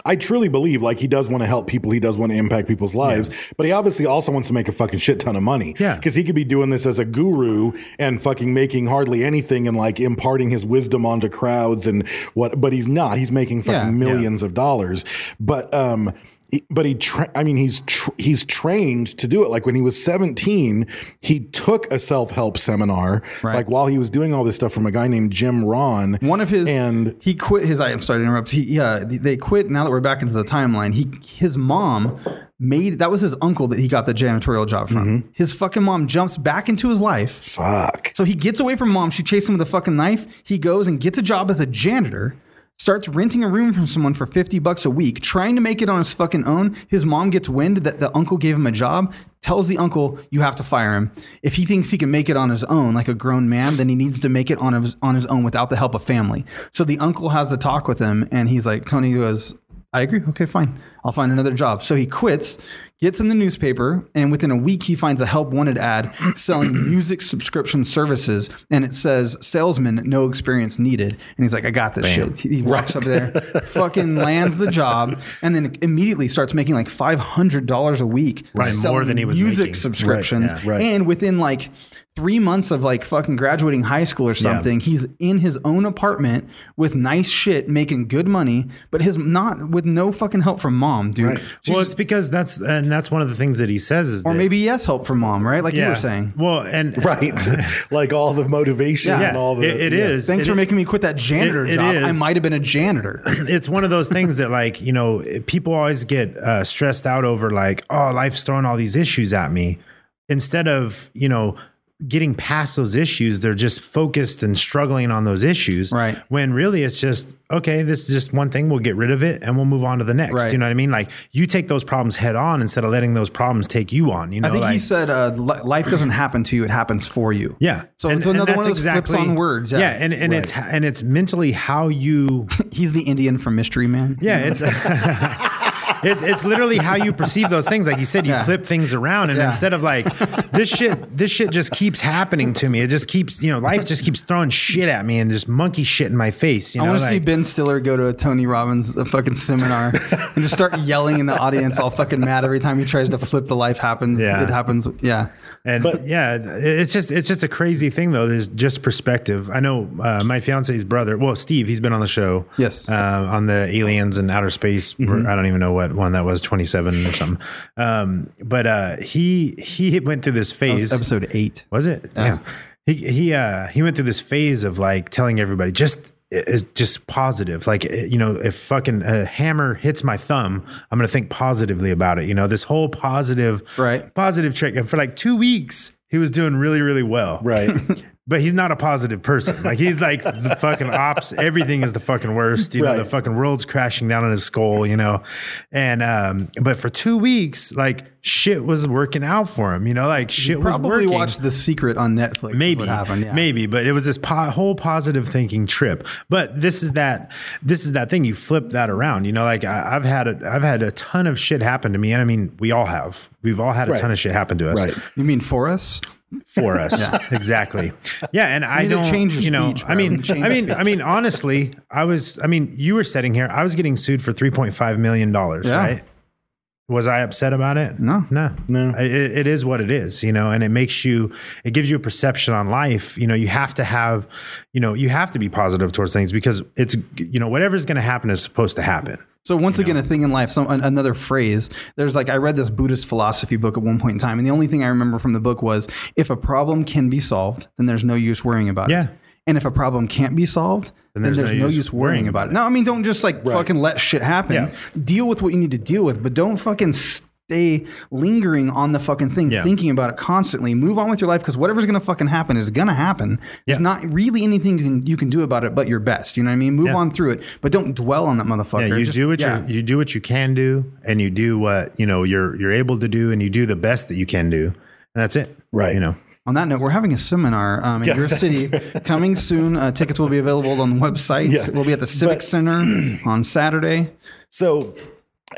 I truly believe like he does want to help people, he does want to impact people's lives, but he obviously also wants to make a fucking shit ton of money.
Yeah.
Because he could be doing this as a guru and fucking making hardly anything and like imparting his wisdom onto crowds and what but he's not. He's making fucking
Yeah.
millions of dollars. But um he- but he tra- I mean he's tr- he's trained to do it like when he was 17 he took a self-help seminar
Right.
like while he was doing all this stuff from a guy named Jim Ron
One of his
and
he quit his. I'm sorry to interrupt. He yeah, th- they quit. Now that we're back into the timeline, he his mom made that was his uncle that he got the janitorial job from. His fucking mom jumps back into his life,
fuck
so he gets away from mom. She chases him with a fucking knife. He goes and gets a job as a janitor. Starts renting a room from someone for 50 bucks a week, trying to make it on his fucking own. His mom gets wind that the uncle gave him a job, tells the uncle, You have to fire him. If he thinks he can make it on his own, like a grown man, then he needs to make it on his, on his own without the help of family. So the uncle has the talk with him, and he's like, Tony goes, I agree. Okay, fine. I'll find another job. So he quits, gets in the newspaper, and within a week he finds a help wanted ad selling music subscription services, and it says salesman, no experience needed. And he's like, I got this shit. He he walks up there, fucking lands the job, and then immediately starts making like five hundred dollars a week,
Right, more
selling
than he was
music
making.
subscriptions,
yeah. Right.
and within like three months of like fucking graduating high school or something, he's in his own apartment with nice shit, making good money, but his not with no fucking help from mom, dude.
Well, it's because that's and that's one of the things that he says is
Or
that,
maybe yes, help from mom, right? Like you
yeah.
were saying.
Well, and
right like all the motivation
Yeah.
and all the
it, it
yeah.
is.
Thanks
It-
for making me quit that janitor
it- it
job. I
is.
might have been a janitor.
it's one of those things that like you know people always get uh, stressed out over like oh life's throwing all these issues at me instead of you know getting past those issues. They're just focused and struggling on those issues.
Right.
When really it's just, okay, this is just one thing. We'll get rid of it and we'll move on to the next.
Right.
You know what I mean? Like you take those problems head on instead of letting those problems take you on. You know,
I think
like,
he said uh, li- life doesn't happen to you; it happens for you.
yeah.
So it's another one of those flips on words.
Yeah. and, and it's and it's mentally how you
he's the Indian from Mystery Man.
Yeah, it's it's it's literally how you perceive those things. Like you said, you
Yeah.
flip things around, and
Yeah.
instead of like this shit, this shit just keeps happening to me. It just keeps, you know, life just keeps throwing shit at me and just monkey shit in my face. You
I
know,
want to see
like,
Ben Stiller go to a Tony Robbins uh fucking seminar and just start yelling in the audience, all fucking mad every time he tries to flip the life happens.
Yeah.
It happens. Yeah.
and yeah, it- it's just it's just a crazy thing though. There's just perspective. I know uh, my fiance's brother, well, Steve, he's been on the show.
Yes.
uh, on the aliens and outer space.
Mm-hmm.
I don't even know what one that was, twenty seven or something. Um, but uh, he he went through this
That
phase.
was episode eight.
Was it? Yeah. He he uh he went through this phase of like telling everybody just it- it- just positive. Like it- you know, if fucking a hammer hits my thumb, I'm gonna think positively about it. You know, this whole positive
Right.
positive trick. And for like two weeks, he was doing really really well.
Right.
But he's not a positive person. Like he's like the fucking ops. Everything is the fucking worst. You know,
Right.
the fucking world's crashing down on his skull, you know. And um, but for two weeks, like shit was working out for him, you know, like shit was
Probably
working.
watched The Secret on Netflix. is
Maybe
what happened. Yeah.
Maybe, but it was this po- whole positive thinking trip. But this is that. This is that thing. You flip that around. You know, like I, I've had a, I've had a ton of shit happen to me, and I mean, we all have. We've all had a
Right.
ton of shit happen to us
Right.
You mean for us?
for us. Exactly. Yeah, and I
need to
don't
change your
you know,
speech,
I
bro. You
mean
need to change
I
your
mean I mean honestly, I was I mean, you were sitting here, I was getting sued for 3.5 million dollars,
Yeah.
right? Was I upset about it?
No.
No.
No.
I- It, it is what it is, you know, and it makes you it gives you a perception on life, you know, you have to have, you know, you have to be positive towards things because it's you know, whatever's going to happen is supposed to happen.
So once again, a thing in life. Some an- another phrase. There's like I read this Buddhist philosophy book at one point in time, and the only thing I remember from the book was if a problem can be solved, then there's no use worrying about
Yeah.
it. And if a problem can't be solved, then there's, no, use, worrying about it. No, I mean don't just like fucking let shit happen.
Yeah.
Deal with what you need to deal with, but don't fucking stay lingering on the fucking thing,
Yeah.
thinking about it constantly. Move on with your life because whatever's gonna fucking happen is gonna happen. There's
Yeah.
not really anything you can you can do about it but your best. You know what I mean? Move
Yeah.
on through it, but don't dwell on that motherfucker.
Yeah, you
Just-
do what
yeah.
you you do what you can do, and you do what you know you're you're able to do, and you do the best that you can do, and that's it.
Right.
You know.
On that note, we're having a seminar um, in your city coming soon. Uh, tickets will be available on the website.
Yeah.
We'll be at the Civic
But-
Center on Saturday.
So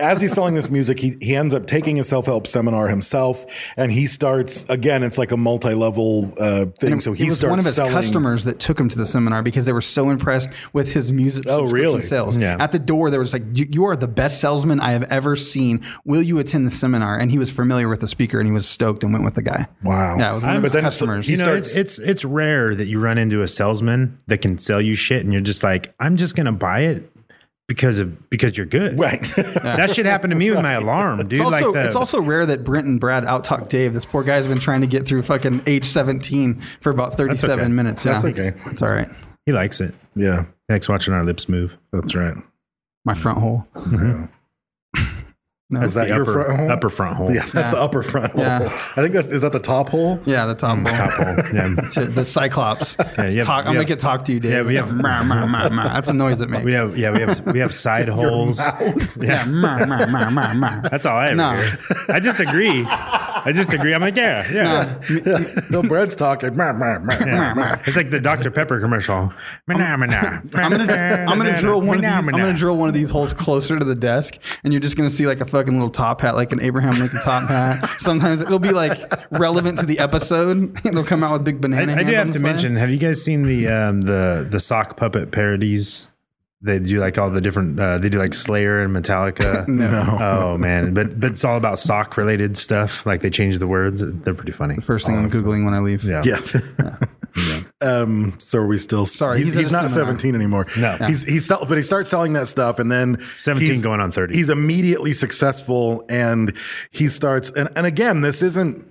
as he's selling this music, he, he ends up taking a self help seminar himself, and he starts again. It's like a multi level uh, thing. So
it
he
was
starts
one of his
selling.
customers that took him to the seminar because they were so impressed with his music.
Oh,
subscription
really?
Sales
Yeah.
at the door, there was like, "You you are the best salesman I have ever seen. Will you attend the seminar?" And he was familiar with the speaker and he was stoked and went with the guy.
Wow.
Yeah, it was one
I'm-
of
but
his
then it's-
customers.
he
you know,
starts-
it's, it's it's rare that you run into a salesman that can sell you shit, and you're just like, I'm just gonna buy it because of because you're good.
Right.
That shit happened to me with my alarm, dude.
It's also,
like the,
it's also rare that Brent and Brad outtalk Dave. This poor guy's been trying to get through fucking age 17 for about 37
okay.
minutes.
That's
yeah.
okay.
It's all right.
he likes it.
yeah.
He likes watching our lips move.
That's right.
My front hole.
Is that
The
your
upper,
front hole?
upper front hole.
Yeah, that's the upper front hole.
Yeah.
I think that's is that the top hole.
Yeah, the top hole.
Mm, Top hole. Yeah.
To the Cyclops. It's
yeah,
talk, I'm
yeah.
gonna get talk to you, Dave.
Yeah, we have-
Mah, mah, mah, mah. That's the noise it makes.
We have yeah we have we have side holes.
yeah. mah, mah, mah, mah, mah.
That's all I ever
No.
hear. I just agree. I just agree. I'm like yeah yeah.
no, Brad's talking. Meh, meh, meh, meh, meh.
It's like the Dr. Pepper commercial. I'm
I'm
gonna,
gonna, I'm gonna drill one. Of these, I'm gonna drill one of these holes closer to the desk, and you're just gonna see like a fucking little top hat, like an Abraham Lincoln top hat. Sometimes it'll be like relevant to the episode. It'll come out with big banana.
I, I
hands
do
on
have
the
to
side.
mention. Have you guys seen the um, the the sock puppet parodies? They do like all the different. Uh, they do like Slayer and Metallica.
No.
Oh man, but but it's all about sock related stuff. Like they change the words. They're pretty funny.
First thing I'm googling when I leave.
Um, Yeah.
Yeah. um. So are we still?
Sorry,
he's,
he's at
he's
a
not
seminar.
seventeen anymore.
No.
he's he's sell, but he starts selling that stuff, and then
17
he's-
going on 30.
He's immediately successful, and he starts. And and again, this isn't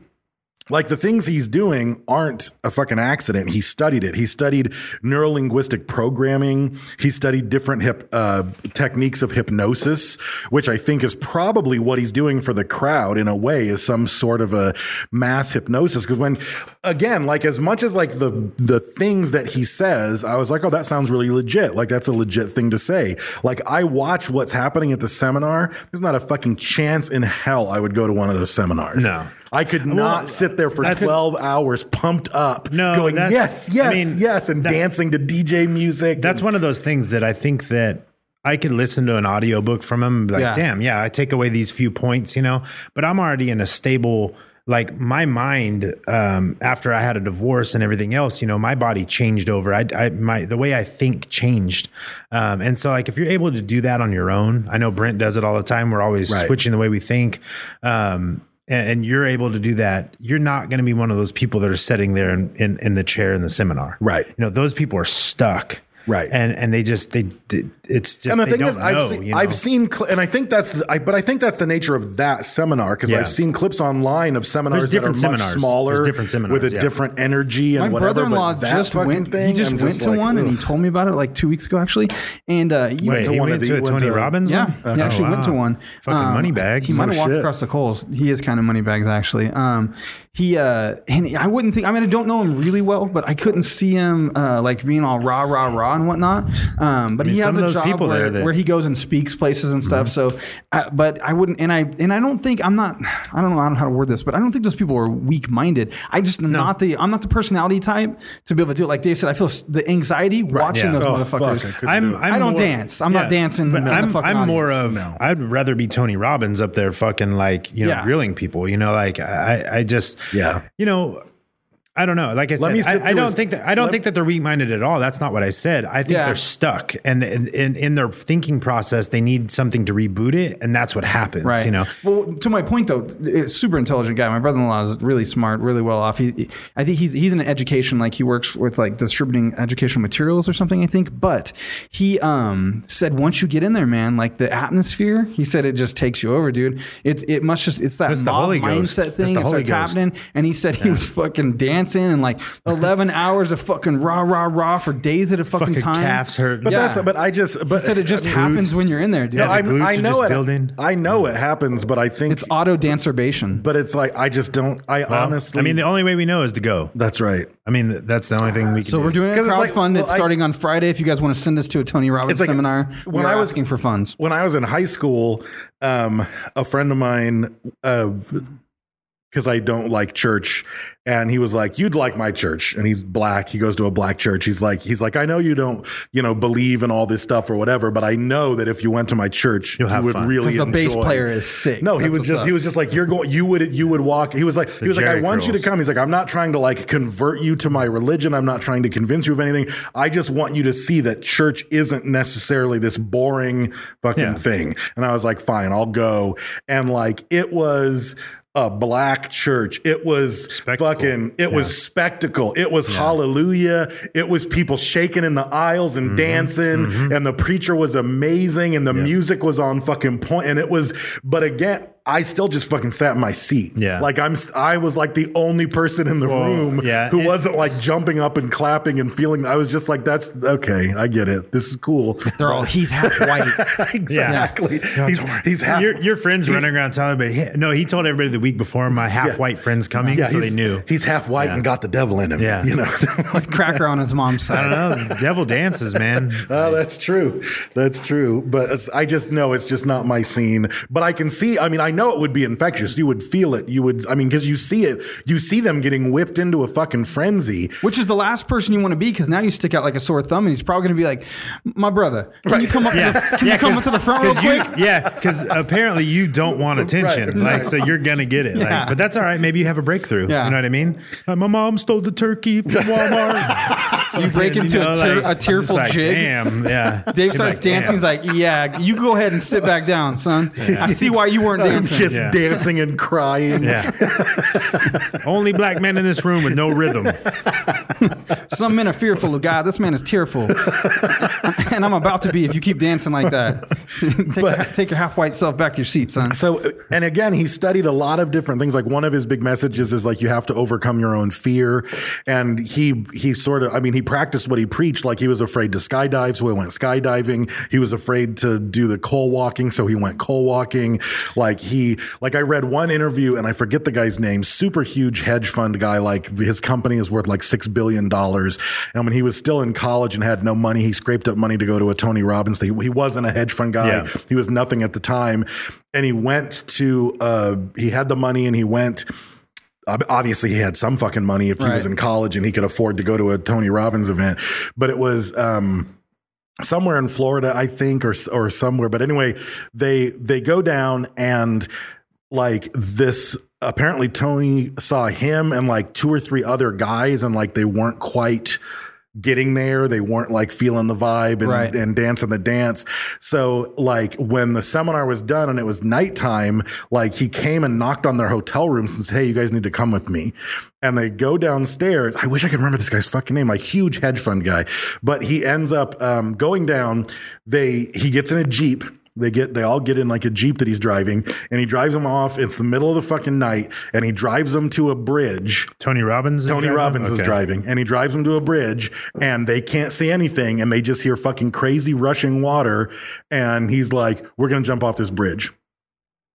like the things he's doing aren't a fucking accident. He studied it. He studied neurolinguistic programming. He studied different hip, uh, techniques of hypnosis, which I think is probably what he's doing for the crowd in a way is some sort of a mass hypnosis. Because when, again, like as much as like the the things that he says, I was like, oh, that sounds really legit. Like that's a legit thing to say. Like I watch what's happening at the seminar. There's not a fucking chance in hell I would go to one of those seminars.
No.
I could not sit there for
that's-
12 hours pumped up
No,
going
that's-
yes
I
yes
mean,
yes and
that-
dancing to dj music
That's one of those things that I think that I could listen to an audiobook from him and be like,
Yeah.
damn, yeah, I take away these few points, you know, but I'm already in a stable like my mind um, after I had a divorce and everything else, you know, my body changed over. I, I my the way I think changed, um, and so like if you're able to do that on your own, I know Brent does it all the time. We're always
Right.
switching the way we think, um, and, and you're able to do that. You're not going to be one of those people that are sitting there in, in, in the chair in the seminar,
Right.
You know, those people are stuck
Right.
and and they just they they- it's just
and the
they
thing
don't
is,
know,
I've seen,
you know?
I've seen, cl- and I think that's, the, I, but I think that's the nature of that seminar because
Yeah.
I've seen clips online of seminars that are much
different seminars.
smaller,
There's different seminars,
with a
yeah.
different energy and
My
whatever. but
brother-in-law
that
just
fucking
went.
thing,
he just
I'm
went to
like,
one, and he
oof.
told me about it like two weeks ago, actually. And uh, you
Wait,
to
he
one
went
of
to
the-
a
went
Tony
to-
Robbins.
Yeah,
one?
he actually
Oh,
went to
wow.
one.
Fucking
Um,
money bags.
He might have walked
shit.
across the coals. He is kind of money bags, actually. Um, he uh, and I wouldn't think. I mean, I don't know him really well, but I couldn't see him uh, like being all rah rah rah and whatnot. Um, but
mean,
he
some
has
of
a
those
job
people
where,
there that- Mm-hmm.
where he goes and speaks places and stuff. So, uh, but I wouldn't, and I and I don't think I'm not. I don't know. I don't know how to word this, but I don't think those people are weak minded. I just am not the. I'm not the personality type to be able to do it. Like Dave said, I feel s- the anxiety watching
yeah.
those
Oh, fuck,
motherfuckers.
I couldn't
I'm,
do it.
I'm
I don't
more-
dance. I'm not dancing
But
in the
I'm,
fucking
I'm more of.
audience.
I'd rather be Tony Robbins up there, fucking like you know,
Yeah.
grilling people. You know, like I, I- I just,
Yeah.
you know, I don't know. Like I said,
me sit
I, I
through
don't
his-
think that I don't think that they're weak minded at all. That's not what I said. I think
Yeah.
they're stuck, and in, in in their thinking process, they need something to reboot it, and that's what happens. You know,
Well, to my point though, it's super intelligent guy. My brother-in-law is really smart, really well off. He, I think he's he's in education, like he works with like distributing educational materials or something. I think, but he um said once you get in there, man, like the atmosphere. He said it just takes you over, dude. It's it must just it's that
That's the
mob
Holy Ghost.
mindset
That's
thing.
the
It
Holy
starts
Ghost.
happening, and he said he was fucking dancing and like eleven hours of fucking rah rah rah for days at a fucking,
fucking
time.
calves hurt.
But
Yeah.
that's, but I just, but
He said it just happens when you're in there, dude.
No,
the
I,
glutes
I
are
know
just
it.
building.
I know it happens, but I think,
it's auto dancerbation.
but it's like I just don't. I
Well,
honestly,
I mean, the only way we know is to go.
that's right.
I mean, th- that's the only thing we can
So
do.
we're doing a
'Cause it's
crowdfund.
like-
It's,
well, I-
starting on Friday. If you guys want to send us to a Tony Robbins
It's like-
seminar,
when
when I
I
was
was-
asking for funds,
when I was in high school, um, a friend of mine, because I don't like church, and he was like, "You'd like my church," and he's black. He goes to a black church. He's like, he's like, I know you don't, you know, believe in all this stuff or whatever, but I know that if you went to my church,
You'll
you
have
would
fun."
really
because the bass
enjoy-
player is sick.
No, he
That's
was
what's
just
up.
he was just like you're going you would you would walk. He was like he was like I
Jerry
want you to
curls.
come. He's like I'm not trying to like convert you to my religion. I'm not trying to convince you of anything. I just want you to see that church isn't necessarily this boring fucking
Yeah.
thing. And I was like fine, I'll go. And like it was a black church. It was
Spectacle.
fucking it was spectacle. It was hallelujah. It was people shaking in the aisles
Mm-hmm.
and dancing, and the preacher was amazing, and the music was on fucking point, and it was. But again, I still just fucking sat in my seat.
Yeah.
like I'm. st- I was like the only person in the room
yeah.
who
It-
wasn't like jumping up and clapping and feeling. I was just like, that's okay. I get it. This is cool.
They're all he's half white.
exactly. He's he's half.
Your, your friend's running around telling everybody. "Hey," no, he told everybody the week before my half white friend's coming, so they
he's-
knew.
he's half white and got the devil in him.
Yeah.
you know.
Cracker on his mom's
I
side.
don't know. Oh, the devil dances, man.
Oh, that's true. That's true. But it's- I just know it's just not my scene. But I can see, I mean, I know it would be infectious. You would feel it. You would, I mean, because you see it. You see them getting whipped into a fucking frenzy.
Which is the last person you want to be because now you stick out like a sore thumb, and he's probably going to be like, "My brother, can you come up? To the, can you come
'cause-
up to the front real
'cause you-
quick?"
yeah, because apparently you don't want attention.
Right,
like,
right.
so you're gonna get it.
Yeah.
Like, but that's all right. Maybe you have a breakthrough.
Yeah.
You know what I mean? Like, my mom stole the turkey from Walmart.
You break into a tear- a
I'm just
tearful
like,
jig.
Damn. Yeah.
Dave starts dancing. He's like, "Yeah, you go ahead and sit back down, son. I see why you weren't
him
dancing.
just
Yeah.
dancing and crying.
Yeah. Only black men in this room with no rhythm.
Some men are fearful of God. This man is tearful. and I'm about to be if you keep dancing like that. take, your, take your half white self back to your seat, son.
So, and again, he studied a lot of different things. Like one of his big messages is like you have to overcome your own fear. And he he sort of, I mean, he practiced what he preached. Like he was afraid to skydive, so he went skydiving. He was afraid to do the coal walking, so he went coal walking. Like he, like I read one interview, and I forget the guy's name. Super huge hedge fund guy. Like his company is worth like six billion dollars. And when he was still in college and had no money, he scraped up money to go to a Tony Robbins thing. He wasn't a hedge fund guy.
Yeah.
He was nothing at the time. And he went to, uh, he had the money and he went. ob- Obviously, he had some fucking money if he was
Right.
in college and he could afford to go to a Tony Robbins event. But it was, um, somewhere in Florida, I think, or or somewhere. But anyway, they they go down and like this. Apparently, Tony saw him and like two or three other guys, and like they weren't quite getting there. They weren't like feeling the vibe and,
Right.
and dancing the dance. So like when the seminar was done and it was nighttime, like he came and knocked on their hotel rooms and said, Hey, you guys need to come with me. And they go downstairs. I wish I could remember this guy's fucking name, like huge hedge fund guy. But he ends up um, going down. They he gets in a Jeep. They get they all get in like a Jeep that he's driving and he drives them off. It's the middle of the fucking night and he drives them to a bridge.
Tony Robbins. Is
Tony
driving?
Robbins is
Okay.
driving and he drives them to a bridge and they can't see anything and they just hear fucking crazy rushing water. And he's like, We're going to jump off this bridge.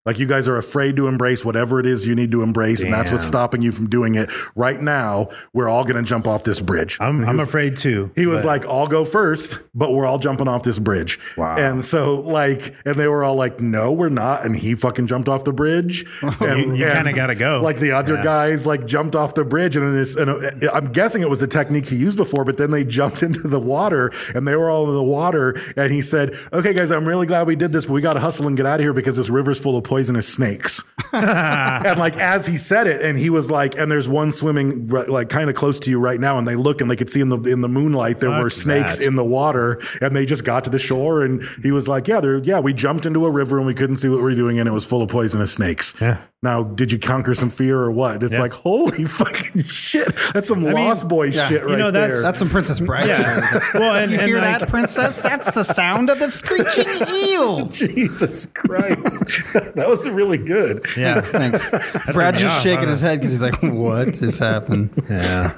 Like, you guys are afraid to embrace whatever it is you need to embrace. And that's what's
Damn.
stopping you from doing it. Right now, we're all going to jump off this bridge.
I'm, I'm afraid too.
He was
but-
like, I'll go first, but we're all jumping off this bridge.
Wow.
And so, like, and they were all like, no, we're not. And he fucking jumped off the bridge. And-
you
and,
kinda gotta go.
Like, the other
Yeah.
guys, like, jumped off the bridge. And then this, and uh, I'm guessing it was a technique he used before, but then they jumped into the water and they were all in the water. And he said, okay, guys, I'm really glad we did this, but we got to hustle and get out of here because this river's full of poisonous snakes and like as he said it, and he was like, and there's one swimming right- like kind of close to you right now, and they look and they could see in the in the moonlight there
Fuck
were snakes
that.
in the water, and they just got to the shore, and he was like, yeah, there, yeah, we jumped into a river and we couldn't see what we were doing, and it was full of poisonous snakes.
Yeah.
Now, did you conquer some fear or what? It's
Yeah.
like holy fucking shit, that's some
mean,
Lost Boy
yeah.
shit
You
right
know, that's-
there.
That's some Princess Bride.
yeah. well, and,
You
and
hear
like,
that, princess? That's the sound of the screeching eels.
Jesus Christ, that was really good.
yeah,
Thanks. Brad's
me
just
off,
shaking
huh?
his head because he's like, what just happened?
yeah.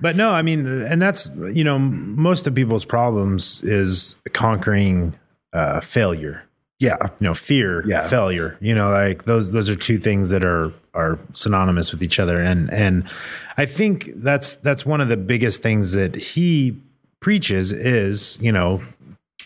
but no, I mean, and that's you know, most of people's problems is conquering uh, failure.
Yeah,
you know fear
Yeah.
failure you know like those those are two things that are are synonymous with each other and and i think that's that's one of the biggest things that he preaches is you know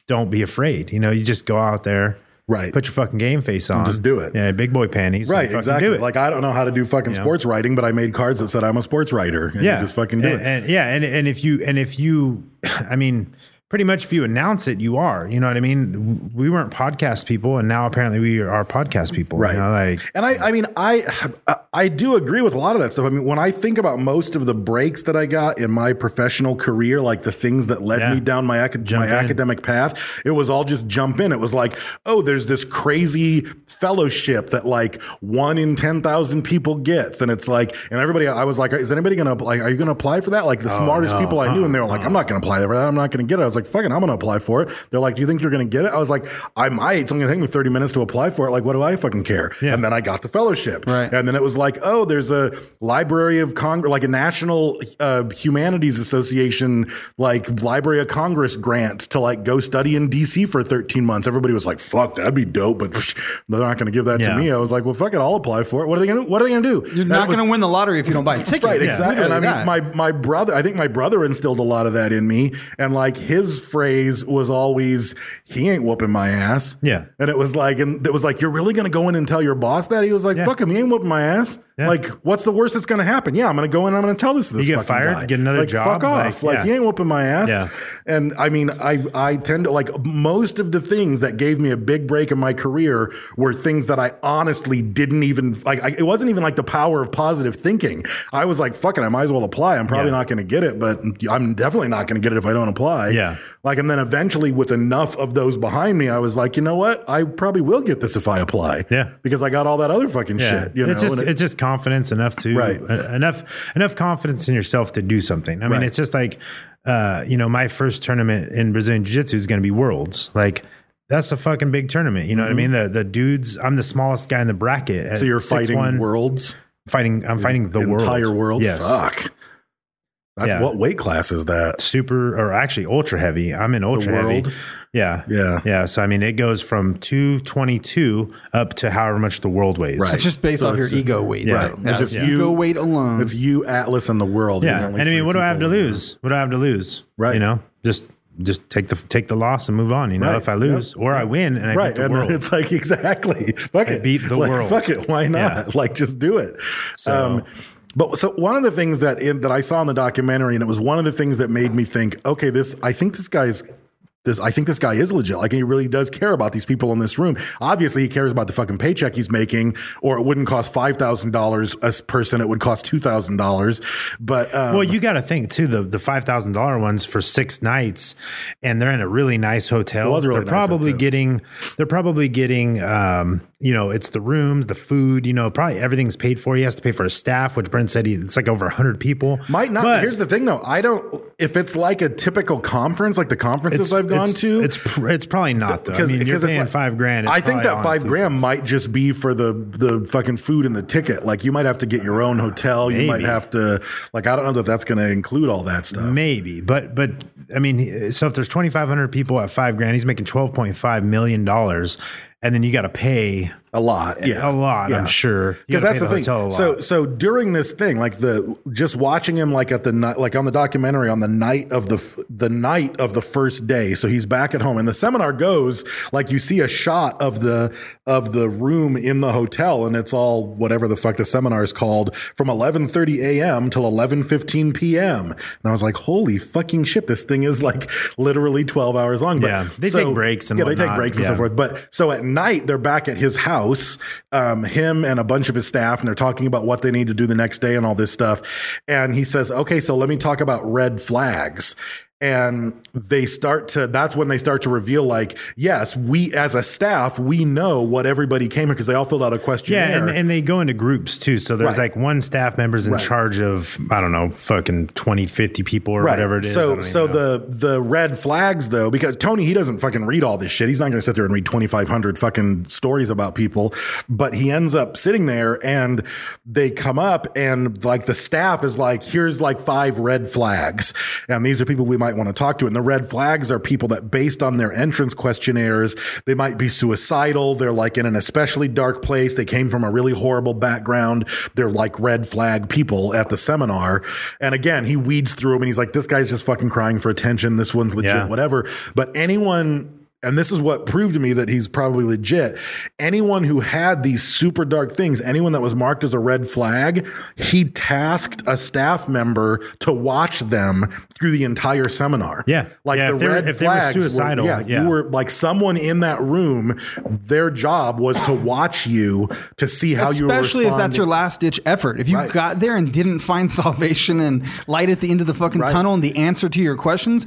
don't be afraid you know you just go out there
right.
put your fucking game face on
just do it.
yeah big boy panties and
Right,
fucking
exactly.
do it.
Like I don't know how to do fucking
You know?
sports writing, but I made cards that said I'm a sports writer. And
yeah
you just fucking do
and,
it.
and- yeah and, and if you and if you i mean pretty much if you announce it you are you know what i mean we weren't podcast people and now apparently we are podcast people you
Right.
know, like
and I, I mean, I, I do agree with a lot of that stuff. I mean, when I think about most of the breaks that I got in my professional career, like the things that led
Yeah.
me down my, acad-
Jump
my
in.
academic path, it was all just jump in. It was like, oh, there's this crazy fellowship that like one in 10,000 people gets. And it's like, and everybody, I was like, is anybody going to, like, are you going to apply for that? Like
Oh,
the smartest people I knew. And they were like, I'm
Uh-uh.
not going to apply for that. I'm not going to get it. I was like, fucking, I'm going to apply for it. They're like, do you think you're going to get it? I was like, I might. It's only going to take me 30 minutes to apply for it. Like, what do I fucking care?
Yeah.
And then I got the fellowship.
Right.
And then it was like, oh, there's a Library of Congress, like a National uh, Humanities Association, like Library of Congress grant to like go study in DC for 13 months. Everybody was like, fuck, that'd be dope, but they're not going to give that
Yeah.
to me. I was like, well, fuck it, I'll apply for it. What are they going to What are they going to do?
You're not going to win the lottery if you don't buy a ticket.
Right, exactly. And I
Literally
mean,
that.
my my brother. I think my brother instilled a lot of that in me, and like his phrase was always, "He ain't whooping my ass."
Yeah.
and it was like, and it was like, "You're really gonna go in and tell your boss that?" He was like,
Yeah.
"Fuck him, he ain't whooping my ass."
Yeah.
Like, what's the worst that's going to happen? Yeah, I'm going to go in. I'm going to tell this. to This
You get
fucking
fired,
guy.
get another
like,
job,
Fuck
like,
off! Like,
yeah.
you ain't whooping my ass.
Yeah.
And I mean, I I tend to like most of the things that gave me a big break in my career were things that I honestly didn't even like. I, it wasn't even like the power of positive thinking. I was like, fucking, I might as well apply. I'm probably
Yeah.
not going to get it, but I'm definitely not going to get it if I don't apply.
Yeah.
Like, and then eventually, with enough of those behind me, I was like, you know what? I probably will get this if I apply.
Yeah.
Because I got all that other fucking
Yeah.
shit. You
it's
know?
just
And it-
it's just confidence enough to
Right.
uh, enough enough confidence in yourself to do something. I mean,
Right.
it's just like uh, you know, my first tournament in Brazilian Jiu Jitsu is going to be Worlds. Like that's a fucking big tournament. You know what I mean? The the dudes, I'm the smallest guy in the bracket. at
Mm-hmm. so you're fighting
6'1",
worlds,
Fighting, I'm fighting the world.
entire world.
Yes.
Fuck. That's
Yeah.
what weight class is that?
Super or actually ultra heavy. I'm in ultra heavy.
world?
Yeah.
Yeah.
Yeah. So I mean it goes from two twenty two up to however much the world weighs.
Right.
It's just based
So
off
it's
your
just-
ego weight.
Yeah.
It's
Yeah.
That's
just
it.
you-
ego weight alone.
It's you, Atlas, and the world. You're the
Yeah,
only
and I
three
mean, what do I have to
people in there.
lose? What do I have to lose?
Right.
You know, just just take the take the loss and move on. You know,
Right.
if I lose or I win and I
right,
beat the
and
world.
it's like exactly fuck
I
it,
beat the
Like,
world.
Fuck it, why not?
Yeah.
Like just do it. Um,
So-
but so one of the things that in, that I saw in the documentary, and it was one of the things that made me think, okay, this I think this guy's. This, I think this guy is legit. Like he really does care about these people in this room. Obviously, he cares about the fucking paycheck he's making, or it wouldn't cost five thousand dollars a s- person. It would cost two thousand dollars. But um,
well, you got to think too the the five thousand dollar ones for six nights, and they're in a really nice hotel.
It was a really
they're
nice
probably
hotel.
getting they're probably getting um, you know it's the rooms, the food, you know, probably everything's paid for. He has to pay for his staff, which Brent said he, it's like over hundred people.
Might not.
But
Here's the thing, though. I don't. If it's like a typical conference, like the conferences I've gone
it's,
to,
It's pr- it's probably not though. I mean, you're
because it's
paying
like-
five grand. It's
I
probably
think that five
all-inclusive.
grand might just be for the the fucking food and the ticket. Like you might have to get your own hotel. You might
Maybe.
have to. Like I don't know that that's going to include all that stuff.
Maybe, but but I mean, so if there's 2,500 people at five grand, he's making 12.5 million dollars, and then you got to pay
A lot, yeah,
a lot, I'm sure. You
Because
gotta
that's
pay
the, thing.
hotel a lot.
So so during this thing, like the just watching him like at the night, like on the documentary on the night of the f- the night of the first day. So he's back at home, and the seminar goes like you see a shot of the of the room in the hotel, and it's all whatever the fuck the seminar is called from 11:30 a.m. till 11:15 p.m. And I was like, holy fucking shit, this thing is like literally 12 hours long. But
Yeah, they take breaks and
yeah, they take
whatnot.
breaks and
Yeah.
so forth. But so at night, they're back at his house, um, him and a bunch of his staff, and they're talking about what they need to do the next day and all this stuff. And he says, Okay, so let me talk about red flags. And they start to, that's when they start to reveal, like, yes, we as a staff, we know what everybody came here because they all filled out a questionnaire.
yeah, and, and they go into groups too. So there's
Right.
like one staff member's in
Right.
charge of I don't know, fucking 20, 50 people or whatever it is. I
So
don't
so
even know.
the the red flags though, because Tony he doesn't fucking read all this shit. He's not going to sit there and read twenty five hundred fucking stories about people. But he ends up sitting there, and they come up, and like the staff is like, here's like five red flags, and these are people we might want to talk to. And the red flags are people that, based on their entrance questionnaires, they might be suicidal. They're like in an especially dark place. They came from a really horrible background. They're like red flag people at the seminar. And again, he weeds through them and he's like, this guy's just fucking crying for attention. This one's legit,
Yeah.
whatever. But anyone. And this is what proved to me that he's probably legit. Anyone who had these super dark things, anyone that was marked as a red flag, he tasked a staff member to watch them through the entire seminar.
Yeah.
Like
Yeah,
the
if they were-
red
if they were
flags.
suicidal,
yeah,
yeah.
You were like someone in that room, their job was to watch you to see how you were
Especially if that's your
responding.
last ditch effort. If you
Right.
got there and didn't find salvation and light at the end of the fucking
Right.
tunnel and the answer to your questions,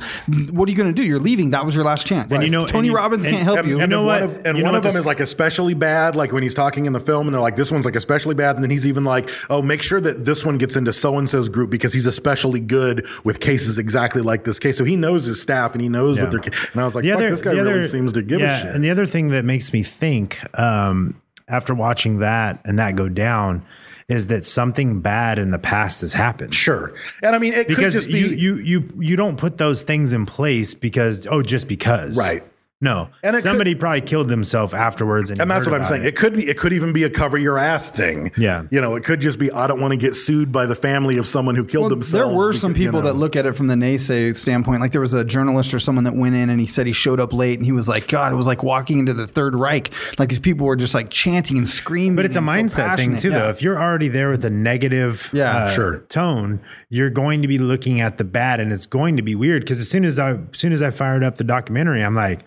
what are you going to do? You're leaving. That was your last chance.
And you know- and
Tony
you-
Robbins
and-
can't help
and-
you.
and- You know
one
what?
Of, and
You know
one
what
of them
this-
is like especially bad, like when he's talking in the film, and they're like, this one's like especially bad. And then he's even like, oh, make sure that this one gets into so and so's group because he's especially good with cases exactly like this case. So he knows his staff and he knows what
Yeah.
they're. ca- And I was like, fuck, this guy
the
really
other-
seems to give
yeah,
a shit.
And the other thing that makes me think um, after watching that and that go down is that something bad in the past has happened.
sure. And I mean, it could
because
just be.
you, you you you don't put those things in place because oh just because
Right.
No,
And it
somebody probably killed themselves afterwards, and,
And
you
that's
heard
what I'm
about
saying. It. could be it could even be a cover your ass thing.
Yeah.
You know, it could just be I don't want to get sued by the family of someone who killed
Well,
themselves.
there were some
because, you
people
know.
that look at it from the naysay standpoint. Like there was a journalist or someone that went in and he said he showed up late and he was like, God, it was like walking into the Third Reich. Like these people were just like chanting and screaming.
But it's a
and so
mindset thing
passionate.
too,
Yeah.
though. If you're already there with a negative uh,
Yeah.
Sure.
tone, you're going to be looking at the bad, and it's going to be weird. Because as soon as I, as soon as I fired up the documentary, I'm like,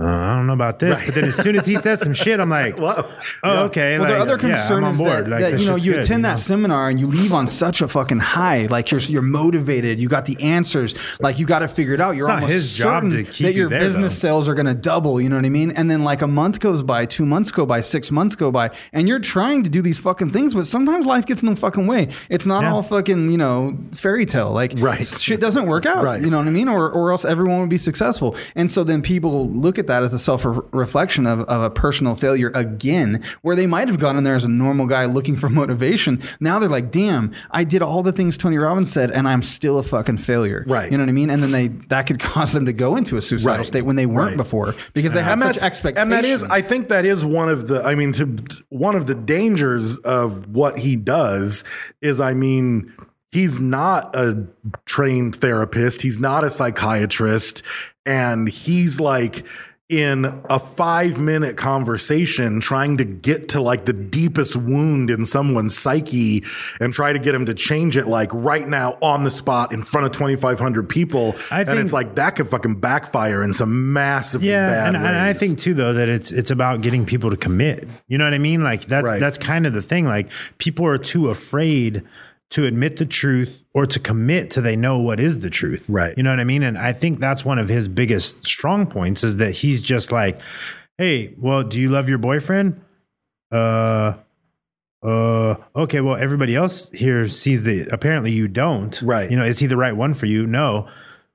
uh, I don't know about this. But then as soon as he says some shit, I'm like,
Whoa.
oh, okay.
Well,
like,
the other
yeah,
concern
I'm on
is
board.
that,
Like,
that,
this
you know
shit's
you
good,
attend
you
that
know?
seminar and you leave on such a fucking high. Like you're you're motivated. You got the answers. Like you got it figured out. You're
not
almost
his job
certain
to keep
that
you
your
there,
business
though.
sales are going to double. You know what I mean? And then like a month goes by, two months go by, six months go by, and you're trying to do these fucking things, but sometimes life gets in the fucking way. It's not
Yeah.
all fucking you know fairy tale. Like
Right.
shit doesn't work out.
Right.
You know what I mean? Or or else everyone would be successful. And so then people look at that as a self reflection of, of a personal failure again, where they might have gone in there as a normal guy looking for motivation. Now they're like, damn, I did all the things Tony Robbins said, and I'm still a fucking failure.
Right.
You know what I mean? And then they that could cause them to go into a suicidal
Right.
state when they weren't
Right.
before because they had such expectations.
And that is, I think that is one of the, I mean, to one of the dangers of what he does is, I mean, he's not a trained therapist, he's not a psychiatrist, and he's like, in a five minute conversation, trying to get to like the deepest wound in someone's psyche and try to get him to change it, like right now on the spot in front of 2,500 people.
I
and
think-
it's like that could fucking backfire in some massive
yeah,
bad
and, and I
ways.
think too though that it's it's about getting people to commit. You know what I mean? Like that's
Right.
that's kind of the thing. Like people are too afraid to admit the truth or to commit to they know what is the truth.
Right.
You know what I mean? And I think that's one of his biggest strong points is that he's just like, hey, well, do you love your boyfriend? Uh. Uh okay well everybody else here sees that apparently you don't
Right.
you know is he the right one for you no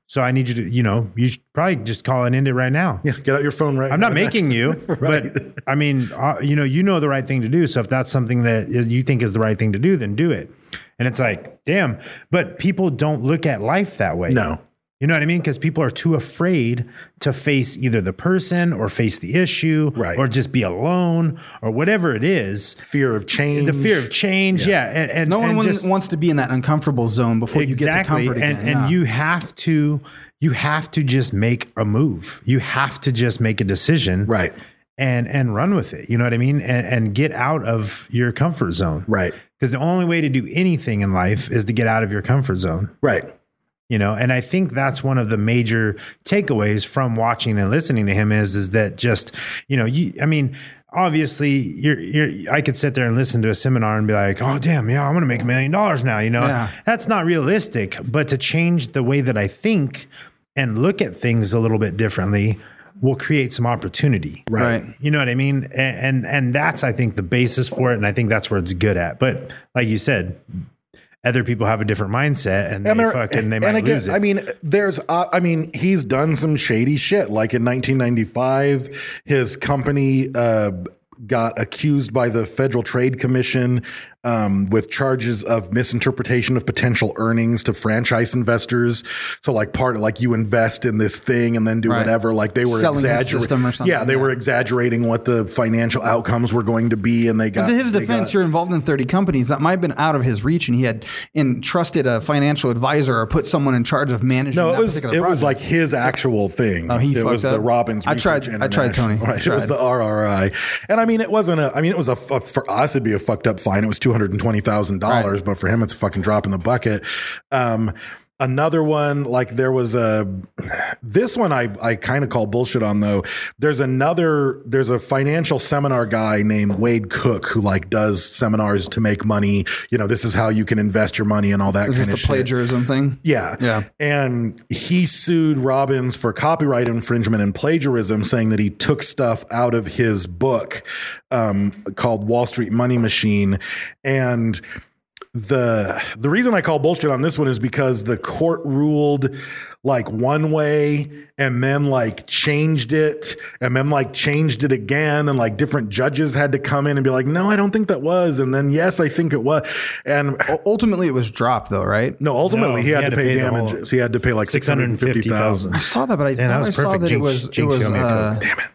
so I need you to you know you should probably just call and end it right now
Yeah, get out your phone right.
I'm not
now.
making you, but I mean, uh, you know, you know the right thing to do. So if that's something that is, you think is the right thing to do, then do it. And it's like, damn. But people don't look at life that way.
No.
You know what I mean? Because people are too afraid to face either the person or face the issue
Right.
or just be alone or whatever it is.
fear of change.
The fear of change. Yeah. And, and
no one
and
wants-
just-
wants to be in that uncomfortable zone before you get to
exactly
comfort again.
and and
Yeah.
you have to you have to just make a move you have to just make a decision
Right.
and and run with it you know what i mean and, and get out of your comfort zone
Right.
because the only way to do anything in life is to get out of your comfort zone
Right.
you know and i think that's one of the major takeaways from watching and listening to him is is that just you know you i mean obviously you're you're i could sit there and listen to a seminar and be like oh damn yeah i'm gonna make a million dollars now you know
Yeah.
that's not realistic but to change the way that i think and look at things a little bit differently will create some opportunity
right.
you know what i mean and, and and that's i think the basis for it and i think that's where it's good at but like you said other people have a different mindset and, they
there-
fucking they
and
might
again,
lose it
I mean, there's, uh, I mean, he's done some shady shit. Like in 1995, his company uh, got accused by the Federal Trade Commission um, with charges of misinterpretation of potential earnings to franchise investors. So, like, part of like you invest in this thing and then do
Right.
whatever. Like they were
Selling the
exaggerating.
system or something,
Yeah, they
yeah.
were exaggerating what the financial outcomes were going to be, and they got.
But to his
they
defense,
got-
you're involved in 30 companies that might have been out of his reach, and he had entrusted a financial advisor or put someone in charge of managing.
No,
that
it was it
particular
was
project.
like his actual thing.
Oh, he
it was
fucked
the
up?
Robbins.
I tried-
Research
I tried, Tony.
International.
I
Right, It was
tried.
the RRI, and I mean, it wasn't a. I mean, it was a f- for us. It'd be a fucked up fine. It was two hundred and twenty thousand dollars,
Right.
but for him, it's a fucking drop in the bucket. Um, another one like there was a this one i i kind of call bullshit on though there's another there's a financial seminar guy named wade cook who like does seminars to make money you know this is how you can invest your money and all that
Is this
kind of
the
shit.
plagiarism thing?
Yeah.
Yeah.
And he sued Robbins for copyright infringement and plagiarism, saying that he took stuff out of his book um, called Wall Street Money Machine. And the the reason I call bullshit on this one is because the court ruled like one way and then like changed it and then like changed it again and like different judges had to come in and be like no I don't think that was and then yes I think it was and
U- Ultimately, it was dropped though, right?
no ultimately
No,
he, had to pay,
the whole-
damages he had to pay like 650,000
I saw that, but I
Yeah, that
thought I
was
saw
perfect.
that it
Jinx-
was it
Jinx
was,
showed me a
uh,
code.
damn it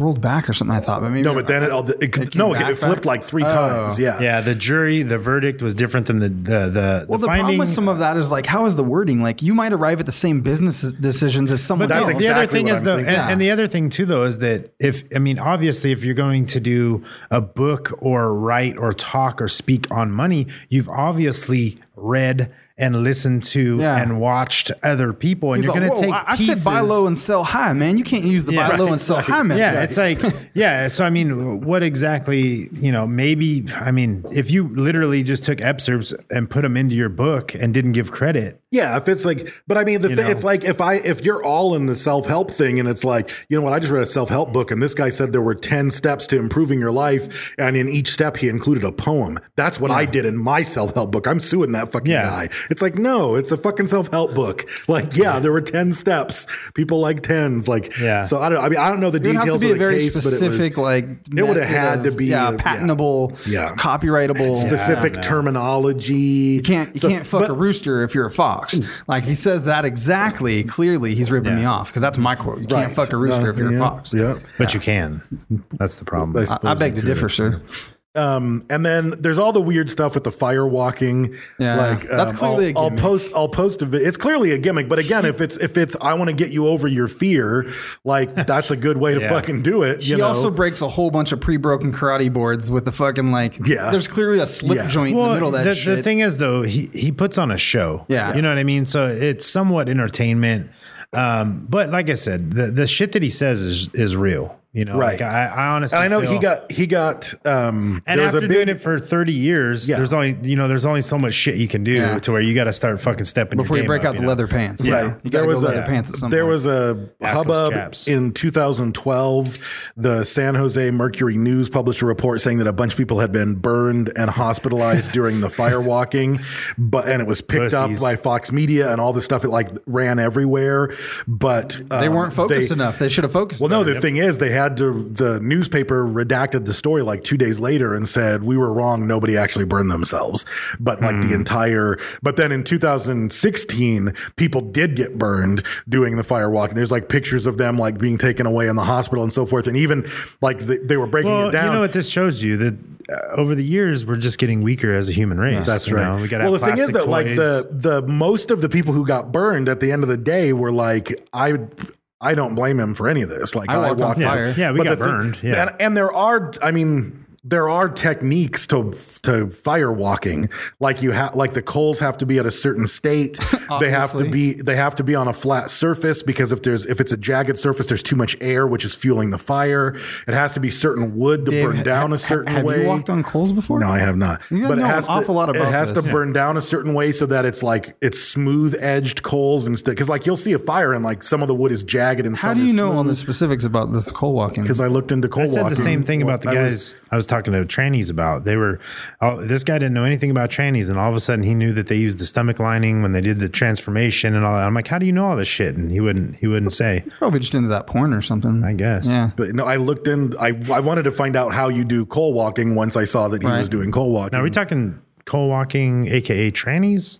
rolled back or something. I thought, but maybe
no but then it, all it,
came
no it,
back,
it flipped
back?
like three
Oh.
times yeah
Yeah, the jury, the verdict was different than the the the,
Well, the, problem with some of that is like, how is the wording? Like, you might arrive at the same business decisions as someone
But
that's
else.
the, the other
exactly
thing
what
is
I'm
though, and,
thinking.
and the other thing too though is that if I mean obviously if you're going to do a book or write or talk or speak on money, you've obviously read and listened to
Yeah.
and watched other people, and
He's
you're
like,
going to
"Whoa,
take.
I, I said buy
pieces-
low and sell high, man. You can't use the
Yeah.
buy low
Right,
and sell high method.
yeah, it's like yeah. So I mean, what exactly? You know, maybe I mean, if you literally just took excerpts and put them into your book and didn't give credit,
Yeah, if it's like, but I mean, the thing,
know.
it's like if I if you're all in the self help thing, and it's like, you know what? I just read a self help book, and this guy said there were ten steps to improving your life, and in each step he included a poem. That's what I did in my self help book. I'm suing that fucking
Yeah.
guy. It's like, no, it's a fucking self help book. Like, yeah, there were ten steps. People like tens. Like,
Yeah.
So I don't. I mean, I don't know the
It would
details
have to be
of
a
the
very
case, but it
specific,
was
like
it would have
method
had
of-
to be
yeah,
a-
patentable,
yeah.
copyrightable.
specific terminology. You
You can't you can't fuck a rooster if you're a
Hmm.
fox. Like if he says that exactly, clearly he's ripping me off because that's my quote. You can't fuck a rooster if you're a fox.
Yeah.
but you can. That's the problem.
I
I
suppose
beg
you
to
could.
differ, sir.
And then there's all the weird stuff with the fire walking.
Yeah.
like
That's
um,
clearly
I'll,
a
I'll
gimmick.
post. I'll post a video. It's clearly a gimmick, but again, if it's if it's I want to get you over your fear, like that's a good way to
Yeah.
fucking do it. You
he
know?
also breaks a whole bunch of pre-broken karate boards with the fucking like.
Yeah.
There's clearly a slip
Yeah.
joint in the middle of that
the,
shit.
the thing is though, he he puts on a show.
Yeah.
you know what I mean. So it's somewhat entertainment. Um, but like I said, the the shit that he says is is real. You know,
Right.
Like I, I honestly,
and I know he
feel-
got he got um
And
there's
after
a big
doing it for 30 years,
Yeah.
there's only you know there's only so much shit you can do
Yeah.
to where you got to start fucking stepping your
before you
game
break
up,
out the
know?
leather pants.
Yeah.
Yeah,
Right.
you gotta
There
go
was
leather
a-
pants at some
There
point.
was a
Assless
hubbub
chaps.
in 2012. The San Jose Mercury News published a report saying that a bunch of people had been burned and hospitalized during the firewalking, but and it was picked
Pussies.
up by Fox Media and all this stuff. It like ran everywhere, but
They
um,
weren't focused
they-
enough. They should have focused.
Well, no,
better.
the thing is, they had to. The newspaper redacted the story like two days later and said we were wrong. Nobody actually burned themselves, but like
Hmm.
the entire. But then in 2016, people did get burned doing the firewalk, and there's like pictures of them like being taken away in the hospital and so forth, and even like the, they were breaking
Well,
it down.
you know what this shows you that uh, over the years we're just getting weaker as a human race.
That's
you
right.
know? We got
well, the
have
thing is
plastic
that like
toys.
the the most of the people who got burned at the end of the day were like I. I don't blame him for any of this. Like
I walked on fire.
Yeah, we
But
got
the thing-
burned, yeah.
and, and there are, I mean, there are techniques to to fire walking. Like you have, like the coals have to be at a certain state. they have to
Obviously.
be they have to be on a flat surface because if there's if it's a jagged surface, there's too much air, which is fueling the fire. It has to be certain wood to
Dave,
burn
ha-
down a
ha-
certain
have
way.
you walked on coals before?
No, I have not.
You
but
know
it has
an awful
to,
lot about
it has
this.
to burn down a certain way so that it's like it's smooth edged coals instead. Because like you'll see a fire and like some of the wood is jagged and
How
some
do you
is
know all the
smooth.
specifics about this coal walking?
Because I looked into coal
I said
walking.
the same thing about the
I
guys
was-
I was, talking to trannies about. They were, oh, this guy didn't know anything about trannies, and all of a sudden he knew that they used the stomach lining when they did the transformation and all that. I'm like, how do you know all this shit? And he wouldn't, he wouldn't say.
Probably just into that porn or something.
I guess.
Yeah.
but no, I looked in. I I wanted to find out how you do coal walking. Once I saw that he
Right.
was doing coal walking.
Now, are we talking coal walking, aka trannies?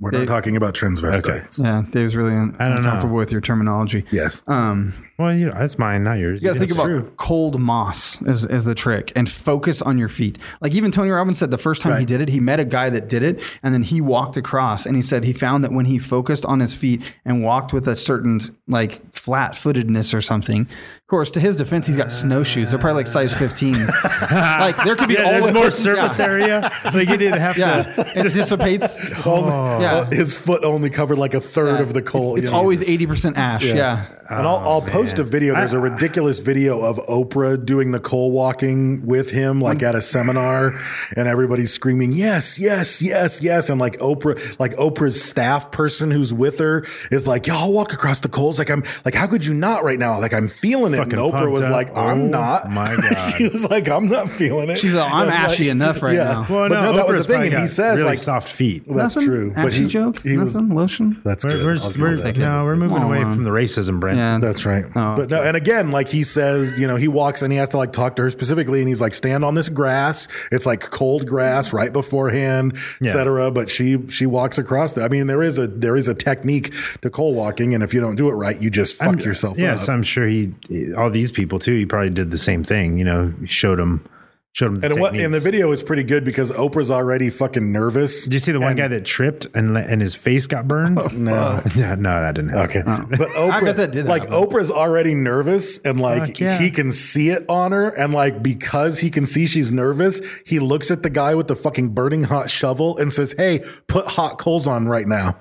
We're not
They-
talking about transvestites.
Yeah. Dave's really un-
I don't know.
uncomfortable with your terminology.
Yes.
Uh.
Um,
Well, you know, that's mine, not yours.
You gotta think
That's
about
true.
cold moss is, is the trick and focus on your feet. Like even Tony Robbins said the first time he
Right.
did it, he met a guy that did it and then he walked across and he said he found that when he focused on his feet and walked with a certain like flat footedness or something. Of course, to his defense, he's got snowshoes. They're probably like size 15. like there could be
Yeah,
always
there's more surface
yeah.
area. Like you didn't have
Yeah,
to.
it dissipates.
Only-
yeah.
Uh,
His foot only covered like a third of the coal.
It's
Yeah.
always 80% ash. Yeah.
and I'll,
Oh,
I'll post a video. There's a ridiculous video of Oprah doing the coal walking with him, like at a seminar, and everybody's screaming, "Yes, yes, yes, yes!" And like Oprah, like Oprah's staff person who's with her is like, "Y'all walk across the coals." Like I'm, like how could you not right now? Like I'm feeling it.
Fucking
and Oprah
pumped
was
up.
like, "I'm
Oh
not."
my God.
she was like, "I'm not feeling it."
She's like, "I'm
And,
ashy enough right now."
Well,
but
no,
no, that was
Oprah's
the thing.
probably
And he
got
says
really
like
soft feet.
That's
Nothing?
true.
Ashy joke? Nothing? Lotion?
That's
We're,
good.
we're,
I'll give
we're-
him that.
no, we're moving
Come
away
on.
from the racism, Brent.
Yeah.
That's right.
Oh,
but no, and again, like he says, you know, he walks and he has to like talk to her specifically, and he's like, stand on this grass. It's like cold grass right beforehand, et
Yeah.
etc. But she she walks across there. I mean, there is a there is a technique to coal walking, and if you don't do it right, you just fuck
I'm-
yourself
Yes,
up.
I'm sure he. All these people too. He probably did the same thing. You know, showed him, showed him. The
and what and the
techniques.
video is pretty good because Oprah's already fucking nervous.
Did you see the one
And-
guy that tripped and le- and his face got burned?
No.
yeah, no, that didn't happen.
Okay, but Oprah,
I bet that did
like
happen.
Oprah's already nervous, and like
Fuck, yeah.
he can see it on her, and like because he can see she's nervous, he looks at the guy with the fucking burning hot shovel and says, "Hey, put hot coals on right now."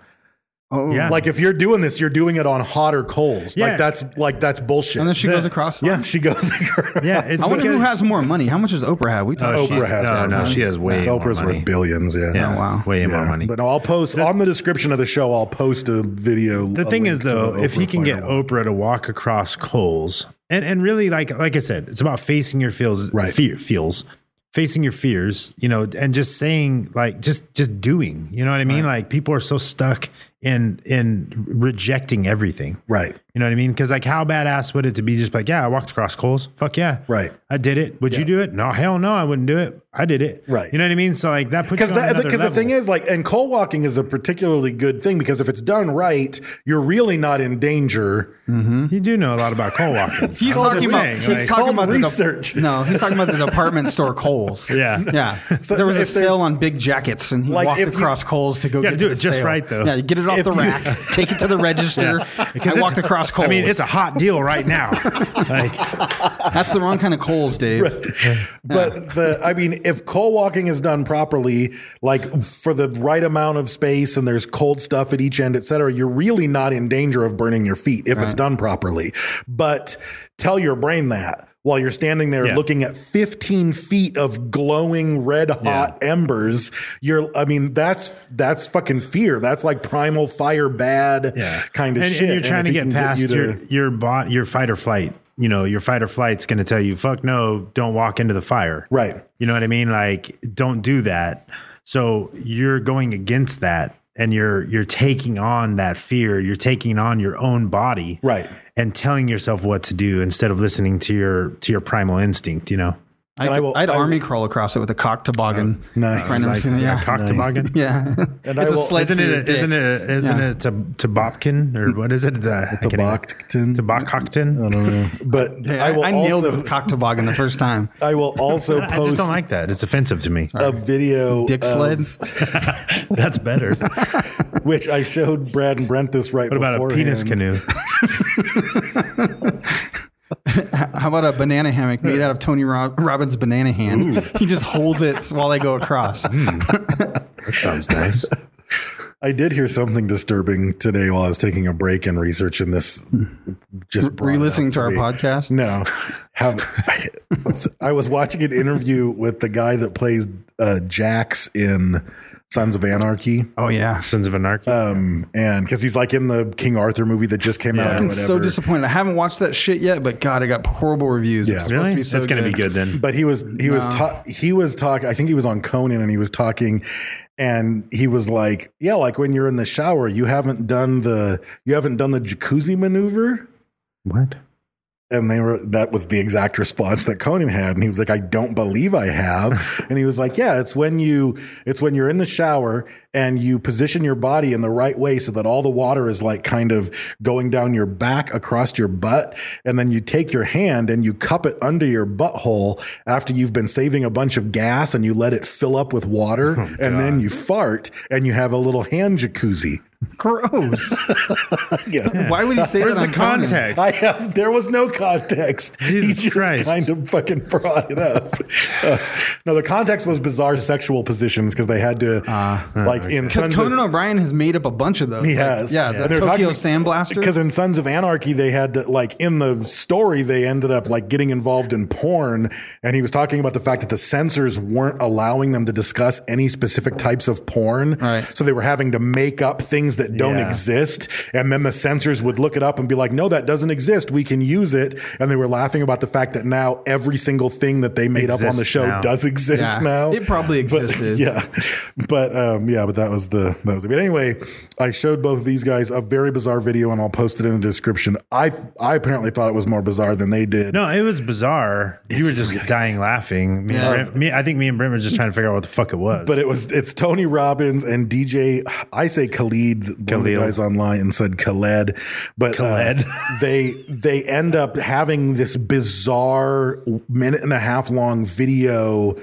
Oh.
Yeah.
Like if you're doing this, you're doing it on hotter coals.
Yeah.
Like that's like that's bullshit.
And then she
The-
goes across.
yeah, she goes.
Yeah, it's
I wonder who
because-
has more money. How much does Oprah have? We talked.
Oh,
Oprah
she's-
has
no,
more
no,
money.
she has way more
Oprah's
money.
worth billions. Yeah.
Yeah,
Oh, wow.
way more
Yeah.
money.
But no, I'll post on the description of the show. I'll post a video.
the
a
thing
link
is
to the
though if
Oprah
he can get
final.
oprah to walk across coals and and really like like i said it's about facing your feels
Right.
fear, feels facing your fears you know and just saying like just just doing you know what i mean like people are so stuck in in rejecting everything
right,
you know what i mean because like how badass would it to be just like yeah i walked across coals fuck yeah
Right.
i did it would you do it no hell no i wouldn't do it i did it
Right.
you know what i mean so like that puts
because
you on
that
another
because the
level.
thing is like and coal walking is a particularly good thing because if it's done right you're really not in danger
you do know a lot about coal walking
He's
I'm
talking
just
about,
saying,
he's
like-
talking about the de-
research.
no, he's talking about the department store Kohl's.
Yeah.
yeah.
So
there was a
if there's-
sale on big jackets, and he
Like,
walked
if you-
across Kohl's to go
Yeah,
get
do
to
it
the
just
sale.
right, though.
Yeah, you get it off
If
the
you-
rack, take it to the register. I
it's-
walked across Kohl's.
I mean, it's a hot deal right now. like,
that's the wrong kind of Kohl's, Dave.
but the i mean if coal walking is done properly like for the right amount of space and there's cold stuff at each end et cetera, you're really not in danger of burning your feet if it's done properly but tell your brain that while you're standing there
Yeah.
looking at 15 feet of glowing red hot embers you're i mean that's that's fucking fear that's like primal fire bad kind of
and,
shit
And you're trying
if he
to
can
get past
you to-
your your bot, your fight or flight. You know, your fight or flight's going to tell you, "Fuck no, don't walk into the fire."
Right.
You know what I mean? Like, don't do that. So you're going against that, and you're you're taking on that fear. You're taking on your own body,
Right.
And telling yourself what to do instead of listening to your to your primal instinct. You know,
I,
And I will-
would
I will- Oh,
army crawl across it with a cock toboggan.
nice.
Friend of-
like is that
yeah.
a cock
Nice.
toboggan.
Yeah, and
I will-
Isn't it? A, isn't it? A, isn't
Yeah.
it? To Tobopkin or what is it? It's a- I can't even-
Toboggan?
Tobogcockton?
I don't know. But
I,
I will
I
also,
nailed it with cock toboggan the first time.
I will also
I
post
just don't like that. It's offensive to me.
a video
Dick
of-
sled.
That's better. what
which I showed Brad and Brent this right
about a penis
beforehand.
canoe?
How about a banana hammock made out of Tony Rob- Robbins' banana hand? He just holds it while they go across.
Hmm.
That sounds nice.
I did hear something disturbing today while I was taking a break and researching this. Just brought it
Were you listening
up
to our
me.
podcast?
No, have I was watching an interview with the guy that plays uh, Jax in Sons of Anarchy.
Oh yeah.
Sons of Anarchy.
Um, and because he's like in the King Arthur movie that just came out, or
I'm
whatever.
so disappointed. I haven't watched that shit yet, but God, it got horrible reviews. It
Yeah.
was supposed
really?
to be so
That's going to be good then.
But he was he was ta- he was talking. I think he was on Conan, and he was talking, and he was like, "Yeah, like when you're in the shower, you haven't done the you haven't done the jacuzzi maneuver."
What?
And they were that was the exact response that Conan had, and he was like, "I don't believe I have." and he was like, "Yeah, it's when you it's when you're in the shower and you position your body in the right way so that all the water is like kind of going down your back across your butt, and then you take your hand and you cup it under your butthole after you've been saving a bunch of gas and you let it fill up with water, and then you fart and you have a little hand jacuzzi."
Gross.
Yes.
Why would he say
Where's
that?
the
on Conan?
context?
I have. There was no context. he
Jesus
just
Christ.
kind of fucking
Ah,
brought it up. Uh, no, the context was bizarre sexual positions because they had to like like in
Because
Sons
Conan
of,
O'Brien has made up a bunch of those.
he
Like,
has
yeah, the Tokyo Sandblaster.
Because in Sons of Anarchy, they had to, like in the story, they ended up like getting involved in porn, and he was talking about the fact that the censors weren't allowing them to discuss any specific types of porn,
Right.
so they were having to make up things that don't
Yeah.
exist, and then the censors would look it up and be like, "No, that doesn't exist. We can use it," and they were laughing about the fact that now every single thing that they made up on the
Exists
show
now.
does exist
Yeah.
now.
It probably
But-
existed.
yeah, but um, yeah, but that was the that was it. But anyway, I showed both of these guys a very bizarre video, and I'll post it in the description. I I apparently thought it was more bizarre than they did.
No, it was bizarre. You were just dying laughing. Me,
Yeah.
and Brent, me, I think me and Brent were just trying to figure out what the fuck it was.
But it was it's Tony Robbins and DJ. I say Khalid. one of the
Khalil.
guys online and said Khaled, but uh,
Khaled.
they they end up having this bizarre minute and a half long video.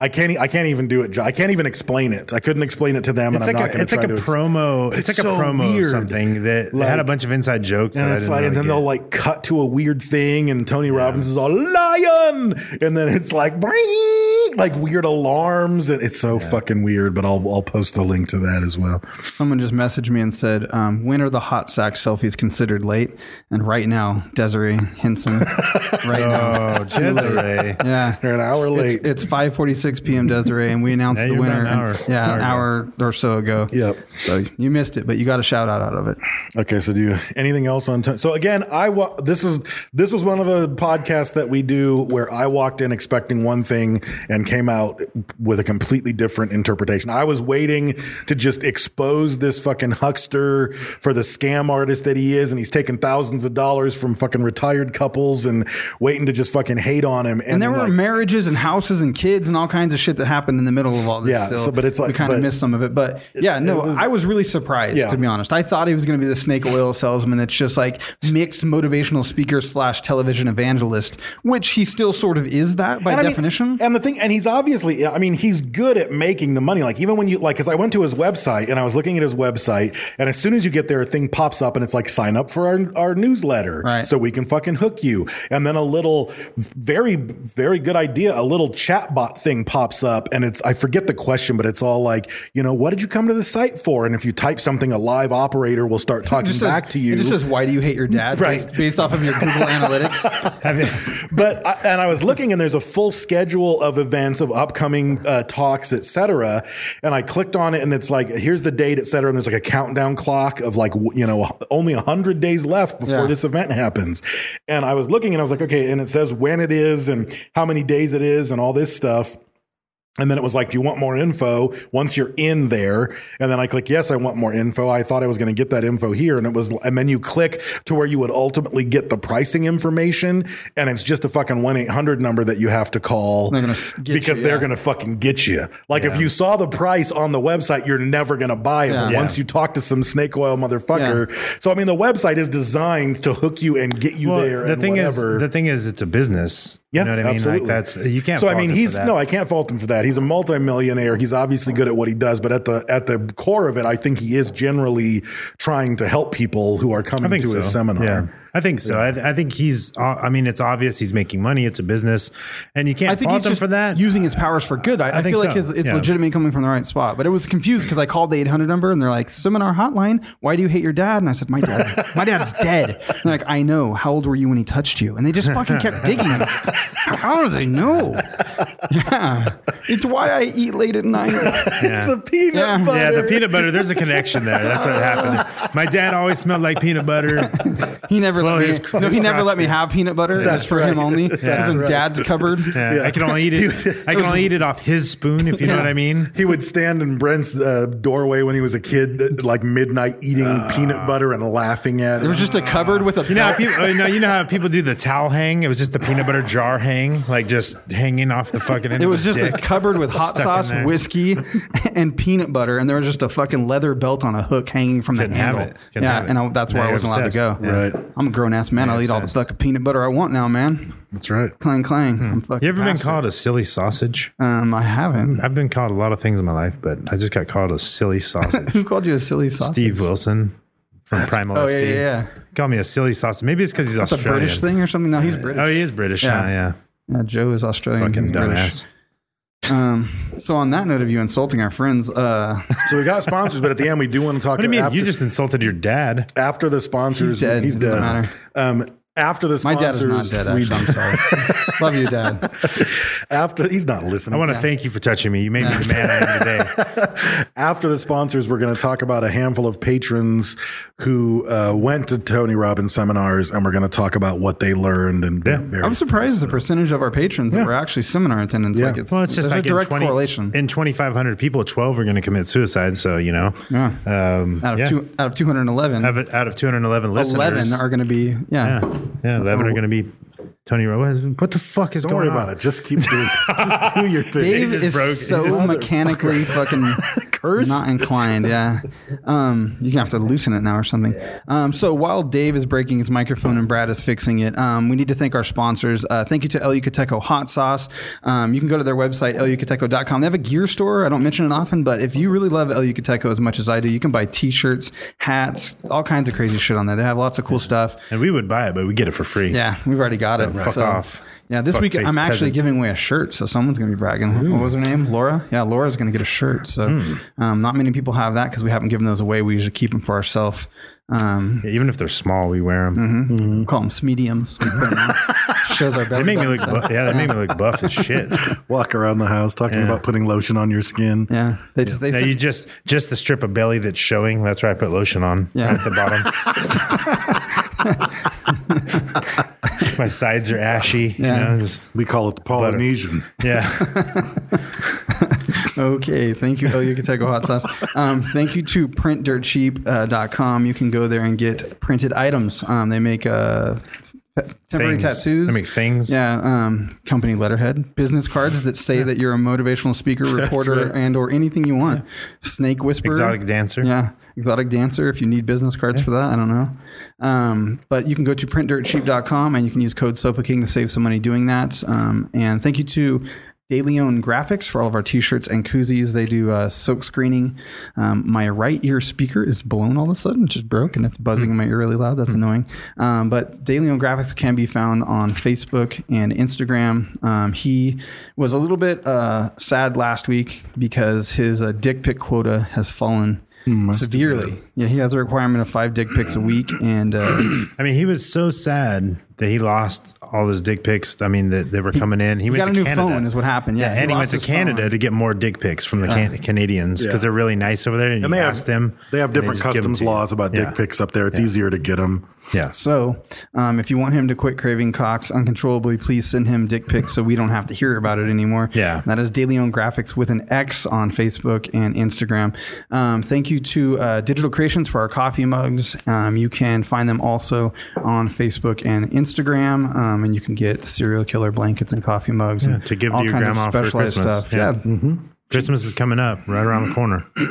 I can't. e- I can't even do it. Jo- I can't even explain it. I couldn't explain it to them,
it's like
and I'm not
a,
going
it's
to try
like a
to. ex-
promo.
But
It's,
it's
like
so
a promo
weird.
or something that that had a
Like-
bunch of inside jokes.
and
that I
it's
didn't
like, and
really
then they'll
get.
like cut to a weird thing, and Tony Robbins is all lion, and then it's like, "Bring," like weird alarms, and it's so fucking weird. But I'll I'll post the link to that as well.
Someone just messaged me and said, um, "When are the hot sack selfies considered late?" And right now, Desiree Henson. right now,
Oh, Desiree.
yeah.
They're an hour late.
It's 5:46 p.m. Desiree, and we announced
Yeah,
the
you're about
winner.
an
and-
hour-
yeah, an
hour
hour or so ago.
yep.
So you missed it, but you got a shout out out of it.
Okay, so do you anything else on? T- so again, I wa- this is this was one of the podcasts that we do where I walked in expecting one thing and came out with a completely different interpretation. I was waiting to just expose this fucking huckster for the scam artist that he is, and he's taking thousands of dollars from fucking retired couples and waiting to just fucking hate on him.
And there were
like,
marriages and houses and kids and all kinds of shit that happened in the middle of all this.
Yeah,
still.
so- but it's
we
like-
kind of
but-
missed some of it. But yeah, no,
it was-
I was really surprised
Yeah.
to be honest. I thought he was going to be the snake oil salesman that's just like mixed motivational speaker slash television evangelist, which he still sort of is that by
And I mean-
definition.
and the thing, and he's obviously, I mean, he's good at making the money. Like even when you like, because I went to his website and I was looking at his website, and as soon as you get there, a thing pops up and it's like, sign up for our our newsletter,
Right.
so we can fucking hook you. And then a little, very very good idea, a little chatbot thing pops up, and it's I forget the question, but it's all like, you know, what did you come to the site for? And if you type something, a live operator will start
It
talking
just says-
back to you.
It just says, "Why do you hate your dad?"
Right.
Based, based off of your Google Analytics.
Have you-
but I, and I was looking, and there's a full schedule of events, of upcoming uh, talks, etc. And I clicked on it, and it's like, here's the date, etc. And there's like a countdown clock of like, w- you know, only hundred days left before
Yeah.
this event happens. And I was looking, and I was like, okay, and it says when it is, and how many days it is, and all this stuff. And then it was like, do you want more info once you're in there? And then I click, yes, I want more info. I thought I was going to get that info here. And it was, and then you click to where you would ultimately get the pricing information. And it's just a fucking 1 800 number that you have to call
They're gonna s- get
because
you,
they're
yeah.
going to fucking get you. Like if you saw the price on the website, you're never going to buy it. But
Yeah.
once you talk to some snake oil motherfucker. So, I mean, the website is designed to hook you and get you
well,
there
the
and
thing
whatever.
is, the thing is, it's a business.
Yeah,
you know what I mean.
absolutely.
Like that's you can't.
So I
fault
mean,
him for
he's
that.
no, I can't fault him for that. He's a multimillionaire. He's obviously good at what he does, but at the at the core of it, I think he is generally trying to help people who are
I
coming
think
to
so.
his seminar.
Yeah, I think so. I, th- I think he's. uh, I mean, it's obvious he's making money. It's a business, and you can't
I think
fault
he's
him
just
for that.
using his powers for good. I, I,
I think
feel like
so.
his, it's
Yeah.
legitimately coming from the right spot. But it was confused because I called the 800 number and they're like, seminar hotline. Why do you hate your dad? And I said, my dad, my dad's dead. And they're like, I know. How old were you when he touched you? And they just fucking kept digging. him. How do they know? Yeah, it's why I eat late at night.
It's the peanut
Yeah. Yeah,
butter.
yeah, the peanut butter. There's a connection there. That's what happened. My dad always smelled like peanut butter.
He never
Blow
let
his
me. No, he never let me have peanut butter. it
That's
was for him
right.
only. It was
That's
in
right.
dad's cupboard.
Yeah, I can only eat it. I can only eat it off his spoon, if you know what I mean.
He would stand in Brent's uh, doorway when he was a kid, at, like midnight, eating
Ah.
peanut butter and laughing at
There
it.
was just a cupboard with a.
You know, how people, oh, no, you know how people do the towel hang. It was just the peanut butter jar hang, like just hanging off the fucking. End
It
of
was
his
just a
dick.
cupboard with hot
Stuck in
sauce,
there.
whiskey, and peanut butter, and there was just a fucking leather belt on a hook hanging from the
Couldn't have
handle.
it. Couldn't
yeah,
have it.
and I, that's where
Now
I
you're
wasn't allowed
obsessed.
to go.
Yeah.
right.
I'm a grown ass man. I'll eat all the
obsessed. Hmm.
fucking peanut butter I want now, man.
That's right.
Clang clang. I'm fucking
You ever been Hmm.
past
called a silly sausage?
it. Um, I haven't.
I've been called a lot of things in my life, but I just got called a silly sausage.
Who called you a silly sausage?
Steve Wilson from Primal
Oh yeah,
FC.
yeah, yeah.
Call me a silly sausage. Maybe it's because he's
That's a
Australian.
British thing or something. No, he's British.
Oh, he is British.
Yeah.
Yeah, yeah.
Yeah, Joe is Australian.
Fucking
he's British.
dumbass.
Um, so on that note of you insulting our friends, uh,
So we got sponsors, but at the end we do want to talk.
What do you mean?
After,
you just insulted your dad.
after the sponsors.
He's dead. It doesn't matter.
Um, after the
my
sponsors,
dad is not dead.
we-
Actually, I'm sorry. Love you, dad.
after he's not
I
listening.
want to thank you for touching me. You made me the man I am today.
after the sponsors, we're going to talk about a handful of patrons who uh, went to Tony Robbins seminars, and we're going to talk about what they learned and
Yeah.
various-
I'm surprised the percentage of our patrons that were actually seminar attendants.
Yeah.
Like it's,
Well, it's just
there's
like
a direct
in Uh, 20,
correlation.
In 2,500 people, 12 are going to commit suicide. So, you know,
yeah.
um,
out of
yeah.
two, out of 211,
Out of- out of 211 listeners,
11 are going to be
yeah,
yeah.
yeah, 11 are going to be Tony Robbins. What the fuck is
Don't
going
worry
on?
about it. Just keep doing. just do your thing.
Dave
just
is
broke- he
so
just-
mechanically fucking
Cursed.
Not inclined, yeah. Um, you're gonna have to loosen it now or something. Um, so while Dave is breaking his microphone and Brad is fixing it, um, we need to thank our sponsors. Uh, thank you to El Yucateco Hot Sauce. Um, you can go to their website elyucateco.com. They have a gear store. I don't mention it often, but if you really love El Yucateco as much as I do, you can buy T-shirts, hats, all kinds of crazy shit on there. They have lots of cool stuff.
And we would buy it, but we get it for free.
Yeah, we've already got it.
fuck off.
Yeah, this
Fuck
week I'm
face
actually
peasant.
giving away a shirt, so someone's going to be bragging. What was her name? Laura. Yeah, Laura's going to get a shirt. So,
Hmm.
um, not many people have that because we haven't given those away. We usually keep them for ourselves. Um,
Yeah, even if they're small, we wear them.
Mm-hmm.
we call them smediums. We put 'em out. Shows our belly.
They make me
button
look,
stuff.
bu- yeah, they make me look buff as shit.
Walk around the house talking about putting lotion on your skin.
Yeah, they just they
Now
said-
you just just the strip of belly that's showing. That's where I put lotion on
Yeah.
right at the bottom. My sides are ashy.
Yeah.
You know, just,
We call it the Polynesian.
yeah.
Okay, thank you, El Yucateco Hot Sauce. Um, thank you to printdirtcheap.com. You can go there and get printed items. Um, they make uh, te- temporary
Things.
tattoos.
They make things.
Yeah, um, company letterhead, business cards that say that you're a motivational speaker, reporter, and or anything you want. Snake whisperer.
Exotic dancer.
Yeah, exotic dancer. If you need business cards for that, I don't know. Um, but you can go to printdirtcheap.com and you can use code SofaKing to save some money doing that. Um, and thank you to DailyOwn Graphics for all of our T-shirts and koozies. They do uh, silk screening. Um, my right ear speaker is blown all of a sudden, it just broke, and it's buzzing in my ear really loud. That's annoying. Um, but DailyOwn Graphics can be found on Facebook and Instagram. Um, he was a little bit uh, sad last week because his uh, dick pic quota has fallen severely. Yeah, he has a requirement of five dick pics a week, and uh,
I mean, he was so sad that he lost all his dick pics. I mean, that they were coming in. He,
he
went
got
to
a new
Canada.
phone, is what happened. Yeah,
Yeah, and he went
lost
to
his
Canada
phone.
to get more dick pics from the can- Canadians because
Yeah.
they're really nice over there. And,
And
you
they
ask
have
them.
They have
and
different
just give them
customs
to you.
laws about
Yeah.
dick pics up there. It's easier to get them.
Yeah.
So, um, if you want him to quit craving cocks uncontrollably, please send him dick pics so we don't have to hear about it anymore.
Yeah.
That is Daily Own Graphics with an X on Facebook and Instagram. Um, thank you to uh, Digital Creations for our coffee mugs. Um, you can find them also on Facebook and Instagram, um, and you can get serial killer blankets and coffee mugs and
to give to
all
your
kinds of
grandma for
specialized
Christmas.
stuff.
Yeah. Mm,
Yeah,
Christmas is coming up right around the corner.
yeah.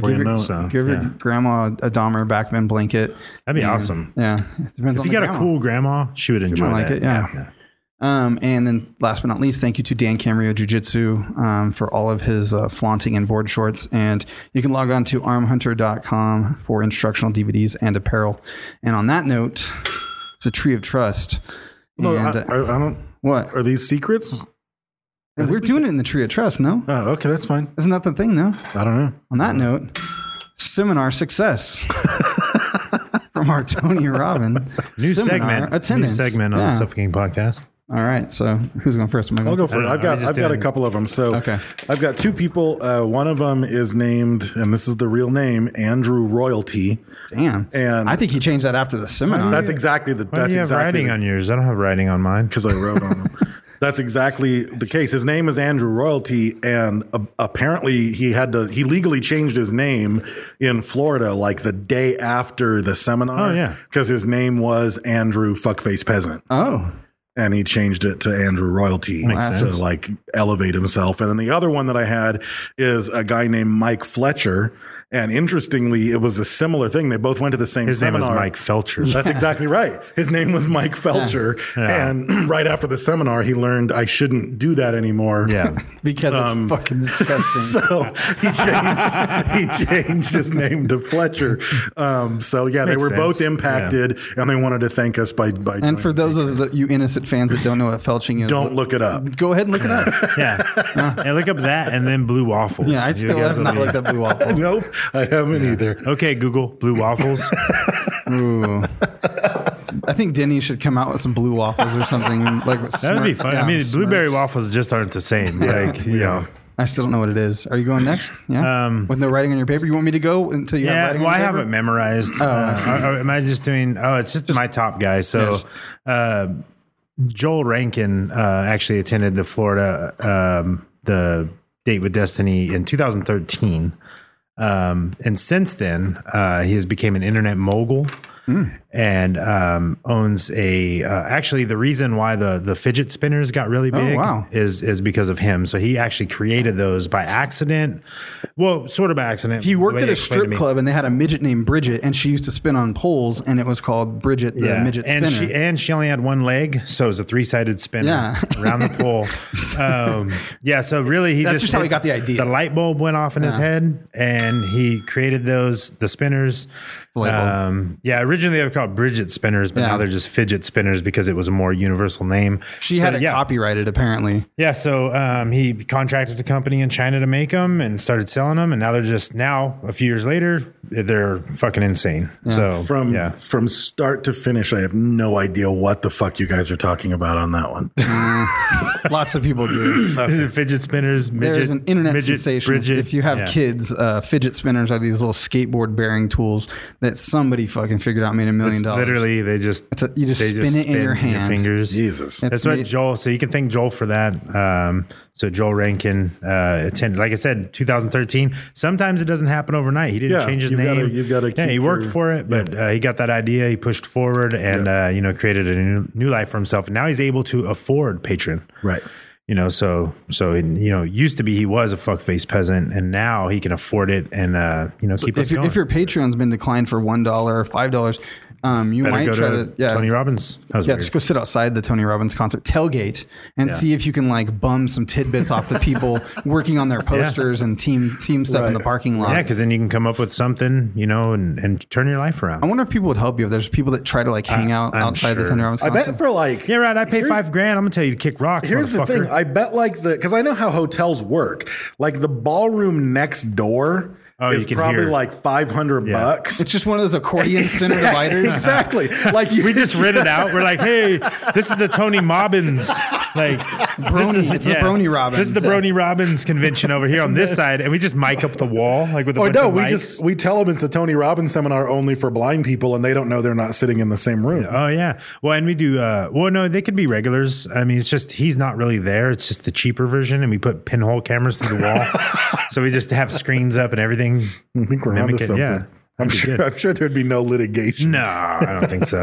Give,
you
your,
know it.
So,
give your
yeah.
grandma a Dahmer Backman blanket.
That'd be awesome.
Yeah, it depends on
If you
the
got
grandma.
a cool grandma, she would enjoy
I like
that.
it. Yeah. Um, and then last but not least, thank you to Dan Camrio Jiu Jitsu um, for all of his uh, flaunting and board shorts. And you can log on to armhunter.com for instructional DVDs and apparel. And on that note, it's a tree of trust.
No,
and,
I,
uh,
I- I don't.
what?
Are these secrets?
We're doing it in the tree of trust, no?
Oh, okay, that's fine.
Isn't that the thing, though?
I don't know.
On that
Uh-huh.
note, seminar success from our Tony Robin.
New
seminar
segment.
Attendance.
New segment on the
Yeah.
Stuff King podcast.
All right. So who's going first? Am I going
I'll go for it.
don't
I've
know.
got
I just
I've got a
didn't-
couple of them. So
Okay.
I've got two people. Uh, one of them is named, and this is the real name, Andrew Royalty.
Damn.
And-
I think he changed that after the seminar.
That's exactly the.
Why
that's
do you have
exactly
writing on yours? I don't have writing on mine.
because I wrote on him. That's exactly the case. His name is Andrew Royalty, and uh, apparently he had to he legally changed his name in Florida like the day after the seminar.
Oh, yeah.
because his name was Andrew Fuckface Peasant,
oh,
and he changed it to Andrew Royalty
Makes
to
sense.
like elevate himself. And then the other one that I had is a guy named Mike Fletcher, And interestingly, it was a similar thing. They both went to the same
His name
seminar.
is Mike Felcher.
That's exactly right. His name was Mike Felcher.
Yeah.
And right after the seminar, he learned I shouldn't do that anymore.
yeah.
because it's fucking disgusting.
So he changed, he changed his name to Fletcher. Um, so yeah, they
Makes
were both
sense. Yeah.
impacted, and they wanted to thank us by by.
And
doing-
for those of the, you innocent fans that don't know what felching is,
don't look it up.
Go ahead and look it up.
Yeah. and look up that and then blue waffles.
Yeah, I
You
still
guys
have not
will be-
looked up blue waffle.
Nope, I haven't either.
Okay, Google, blue waffles.
Ooh. I think Denny should come out with some blue waffles or something. Like
That would be fun. I mean, blueberry
waffle.
waffles just aren't the same. Like, you know.
I still don't know what it is. Are you going next? Yeah.
Um,
With no writing on your paper, you want me to go until you
Yeah,
have writing
well, I
on your paper? Oh,
haven't memorized. uh, or- or am I just doing? Oh, it's just, my top guy. So, uh, Joel Rankin uh, actually attended the Florida um, the Date with Destiny in 2013, um, and since then uh, he has become an internet mogul.
Hmm.
And um, owns a. Uh, actually, the reason why the the fidget spinners got really big
Oh, wow.
is is because of him. So he actually created those by accident. Well, sort of by accident.
He
the
worked
way
at
he
a
explained to
strip
me.
club and they had a midget named Bridget and she used to spin on poles and it was called Bridget the midget
and
spinner.
she and she only had one leg, so it was a three sided spinner
Yeah.
around the pole. Um, yeah, so really, he
That's
just
just how he got the idea.
The light bulb went off in his head, and he created those the spinners.
light bulb.
Um, yeah, originally they were called Bridget spinners, but
Yeah.
now they're just fidget spinners because it was a more universal name.
She
So,
had it
yeah.
copyrighted apparently.
Yeah, so um, he contracted a company in China to make them and started selling them, and now they're just now a few years later they're fucking insane. So
From
yeah.
from start to finish, I have no idea what the fuck you guys are talking about on that one.
Lots of people do.
These are fidget spinners. Midget,
There's an internet
midget,
sensation.
Bridget.
if you have
Yeah.
kids, uh, fidget spinners are these little skateboard bearing tools that somebody fucking figured out made a
It's
million dollars.
literally they just
a- you just
they
spin it in your hand.
fingers.
It's
Jesus.
That's what
made-
Joel. So you can thank Joel for that. Um, so Joel Rankin uh, attended, like I said, 2013. Sometimes it doesn't happen overnight. He didn't
Yeah,
change his
you've
name.
gotta- you've gotta
yeah, he
keep
worked
your-
for it, but uh, he got that idea. He pushed forward and uh, you know created a new, new life for himself. And now he's able to afford patron.
Right.
you know so so and, you know used to be he was a fuckface peasant and now he can afford it and uh you know keep us
if, your
going.
if your Patreon's been declined for one dollar or five dollars, um, you
better
might
go
try
to,
to, yeah,
Tony Robbins that was
Yeah,
weird.
just go sit outside the Tony Robbins concert tailgate and
Yeah.
see if you can like bum some tidbits off the people working on their posters and team team stuff in the parking lot.
yeah because then you can come up with something you know and and turn your life around
I wonder if people would help you if there's people that try to like hang out
I'm
outside the
sure.
Tony Robbins
I
concert.
bet for like
yeah right I pay
Here's-
five grand I'm gonna tell you to kick rocks
Here's the
motherfucker.
thing. I bet like the because I know how hotels work. Like the ballroom next door
Oh, you
is
can
probably
hear.
like five hundred bucks.
it's just one of those accordion center dividers.
exactly. Like you,
we just rent it out we're like hey this is the Tony Robbins like brony
it's the Brony Robbins,
this is the
yeah.
Brony Robbins convention over here on this side and we just mic up the wall like with a
Oh,
Or
bunch
no,
of
we
mics.
just we tell them it's the Tony Robbins seminar only for blind people, and they don't know they're not sitting in the same room.
Oh yeah. Well, and we do. Uh, well, no, they could be regulars. I mean, it's just he's not really there. It's just the cheaper version, and we put pinhole cameras through the wall, so we just have screens up and everything.
I think we're onto
Mimic it,
something.
yeah.
I'm
That'd be
sure.
good.
I'm sure there'd be no litigation.
No, I don't think so.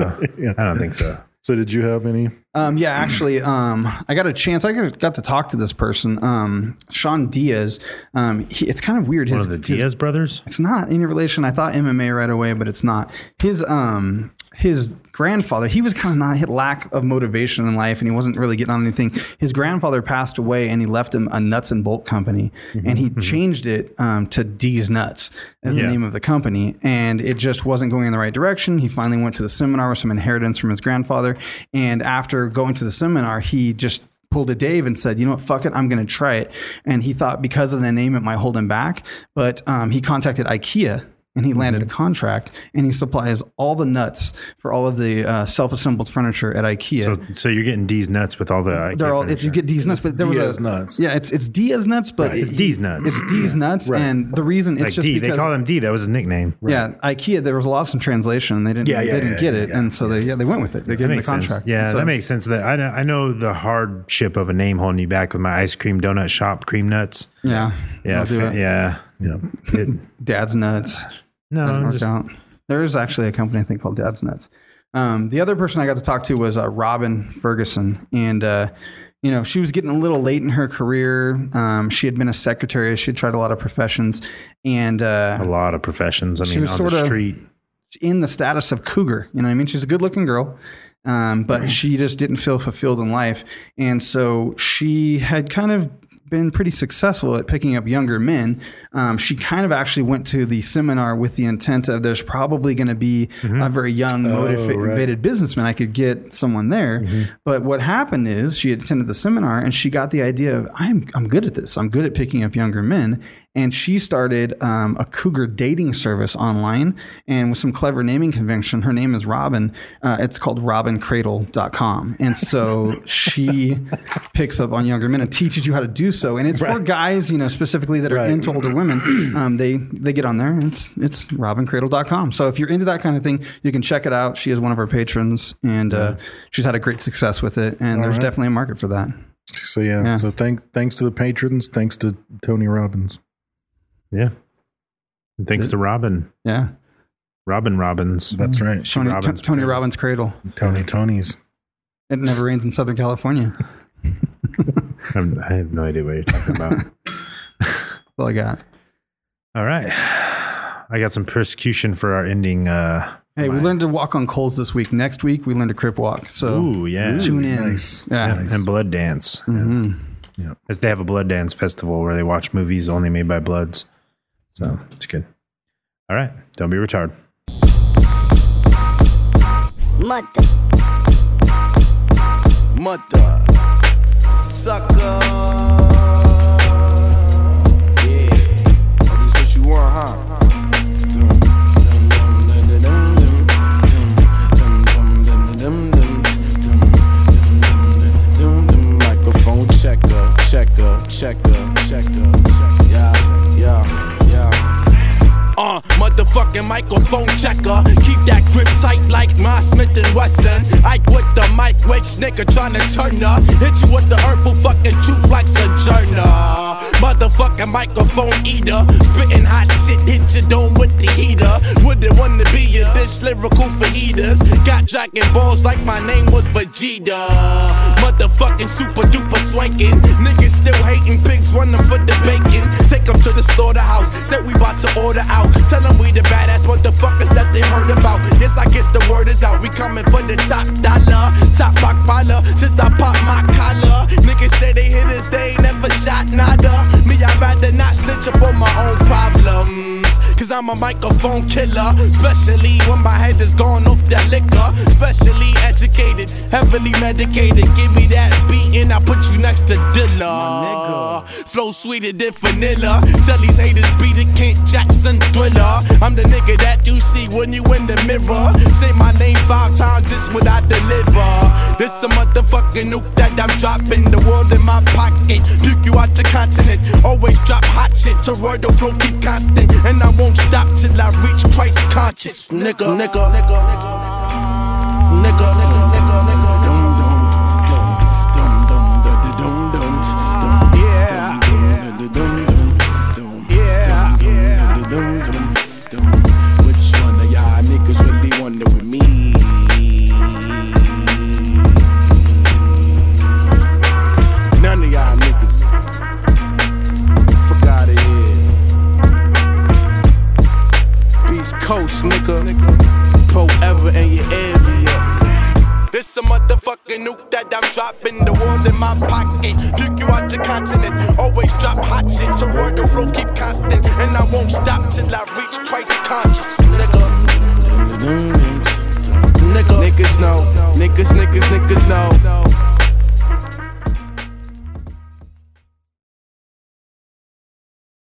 I don't think so.
So did you have any?
Um, yeah, actually, um, I got a chance. I got got to talk to this person, um, Sean Diaz. Um, he, it's kind of weird. His,
One of the
his
Diaz brothers.
It's not any relation. I thought MMA right away, but it's not. His um his grandfather, he was kind of not hit lack of motivation in life and he wasn't really getting on anything. His grandfather passed away and he left him a nuts and bolt company and he changed it um, to D's Nuts as the
Yeah.
name of the company. And it just wasn't going in the right direction. He finally went to the seminar with some inheritance from his grandfather. And after going to the seminar, he just pulled a Dave and said, you know what, fuck it, I'm going to try it. And he thought because of the name, it might hold him back. But um, he contacted IKEA and
Mm-hmm.
he landed a contract and he supplies all the nuts for all of the uh, self-assembled furniture at IKEA.
So, so you're getting D's nuts with all the. IKEA
They're all, it's,
furniture.
you get D's nuts, but there was
Diaz
a,
nuts.
Yeah, it's, it's Diaz nuts, but
it's D's nuts.
It's D's nuts. And the reason it's
like
just
D.
because
They call him D. That was his nickname.
yeah, IKEA. There was a loss in translation. and They didn't.
Yeah,
they
yeah,
didn't
yeah,
get
yeah,
it,
yeah,
and so they yeah they went with it. They
That
gave them the
makes sense.
contract.
Yeah,
And so,
that makes sense. That I know, I know the hardship of a name holding you back with my ice cream donut shop, cream nuts.
yeah
Yeah,
I'll do
fa-
it.
yeah, yeah. It-
Dad's nuts.
no,
Doesn't work
just-
out. There is actually a company I think called Dad's Nuts. Um, the other person I got to talk to was uh, Robin Ferguson, and uh, you know, she was getting a little late in her career. Um, she had been a secretary. She had tried a lot of professions, and
A
uh,
lot of professions. I mean,
was
on
sorta-
the street.
in the status of cougar. You know, what I mean, she's a good-looking girl, um, but she just didn't feel fulfilled in life, and so she had kind of been pretty successful at picking up younger men. Um, she kind of actually went to the seminar with the intent of there's probably going to be a very young, motivated businessman. I could get someone there. But what happened is she attended the seminar and she got the idea of I'm I'm good at this. I'm good at picking up younger men. And she started um, a cougar dating service online, and with some clever naming convention, her name is Robin. Uh, it's called RobinCradle.com, and so she picks up on younger men and teaches you how to do so. And it's for guys, you know, specifically that are
Right.
into older women. Um, they they get on there. And it's it's RobinCradle.com. So if you're into that kind of thing, you can check it out. She is one of our patrons, and uh, she's had a great success with it. And there's definitely a market for that.
So yeah. So thank thanks to the patrons. Thanks to Tony Robbins.
Yeah. And thanks to Robin.
Yeah,
Robin Robbins.
That's right.
Tony
Robbins
Tony
Cradle.
Robbins Cradle.
Tony Tony's.
It never rains in Southern California. That's
I'm, I have no idea what you're talking about.
all I got.
All right. I got some persecution for our ending. Uh,
Hey, we learned to walk on coals this week. Next week, we learned to crip walk. So
Ooh, yeah.
tune in.
nice.
Yeah.
and blood dance.
Mm-hmm.
Yeah. As They have a blood dance festival where they watch movies only made by bloods. So it's good. All right. Don't be retarded.
Mother. Mother. Sucker. Yeah. Oh, this what you want, huh? Dum, dum, dum, dum, dum, dum, dum. Dum, dum, dum, dum, dum, dum. Dum, dum, dum, dum, dum, dum. Microphone checker, checker, checker, checker, checker. Yeah, yeah, yeah. Uh, motherfucking microphone checker. Keep that grip tight like my Smith and Wesson. I with the mic, which nigga tryna turn up. Hit you with the hurtful fucking truth like Sojourner. Motherfucking microphone eater. Spitting hot shit, hit your dome with the heater. Wouldn't wanna be in this lyrical for eaters. Got jacking balls like my name was Vegeta. Motherfucking super duper swanking. Niggas still hating, pigs want them for the bacon. Take them to the slaughterhouse. Said we bout to order out. Tell them we the badass motherfuckers that they heard about. Yes, I guess the word is out. We coming for the top dollar, top rock baller. Since I popped my collar, niggas say they hit us, they ain't never shot nada. Me, I'd rather not snitch up on my own problems. Cause I'm a microphone killer. Especially when my head is gone off that liquor. Specially educated, heavily medicated. Give me that beat and I put you next to Dilla. Flow sweeter than vanilla. Tell these haters beat it, Kent Jackson thriller. I'm the nigga that you see when you in the mirror. Say my name five times, this what I deliver. This a motherfucking nuke that I'm dropping. The world in my pocket. Puke you out your continent. Always drop hot shit. Toroidal flow keep constant. And I won't stop till I reach Christ conscious. Nigga, nigga, nigga, nigga, nigga, nigga, nigga, nigga. Dum, dum, dum, dum, dum, dum, dum, dum, dum, dum. Yeah. Dum, dum, dum, dum, dum, dum, dum, dum, dum, dum. Which one of y'all niggas really wonder with me? None of y'all niggas. Fuck outta here. Beast Coast, nigga. Pro ever in your area. This a motherfucking nuke that I'm dropping. The world in my pocket. Puke you out your continent. Always drop hot shit. Toroidal flow keep constant. And I won't stop till I reach Christ conscious, Mm-hmm. nigga. Niggas know, niggas, niggas, niggas know.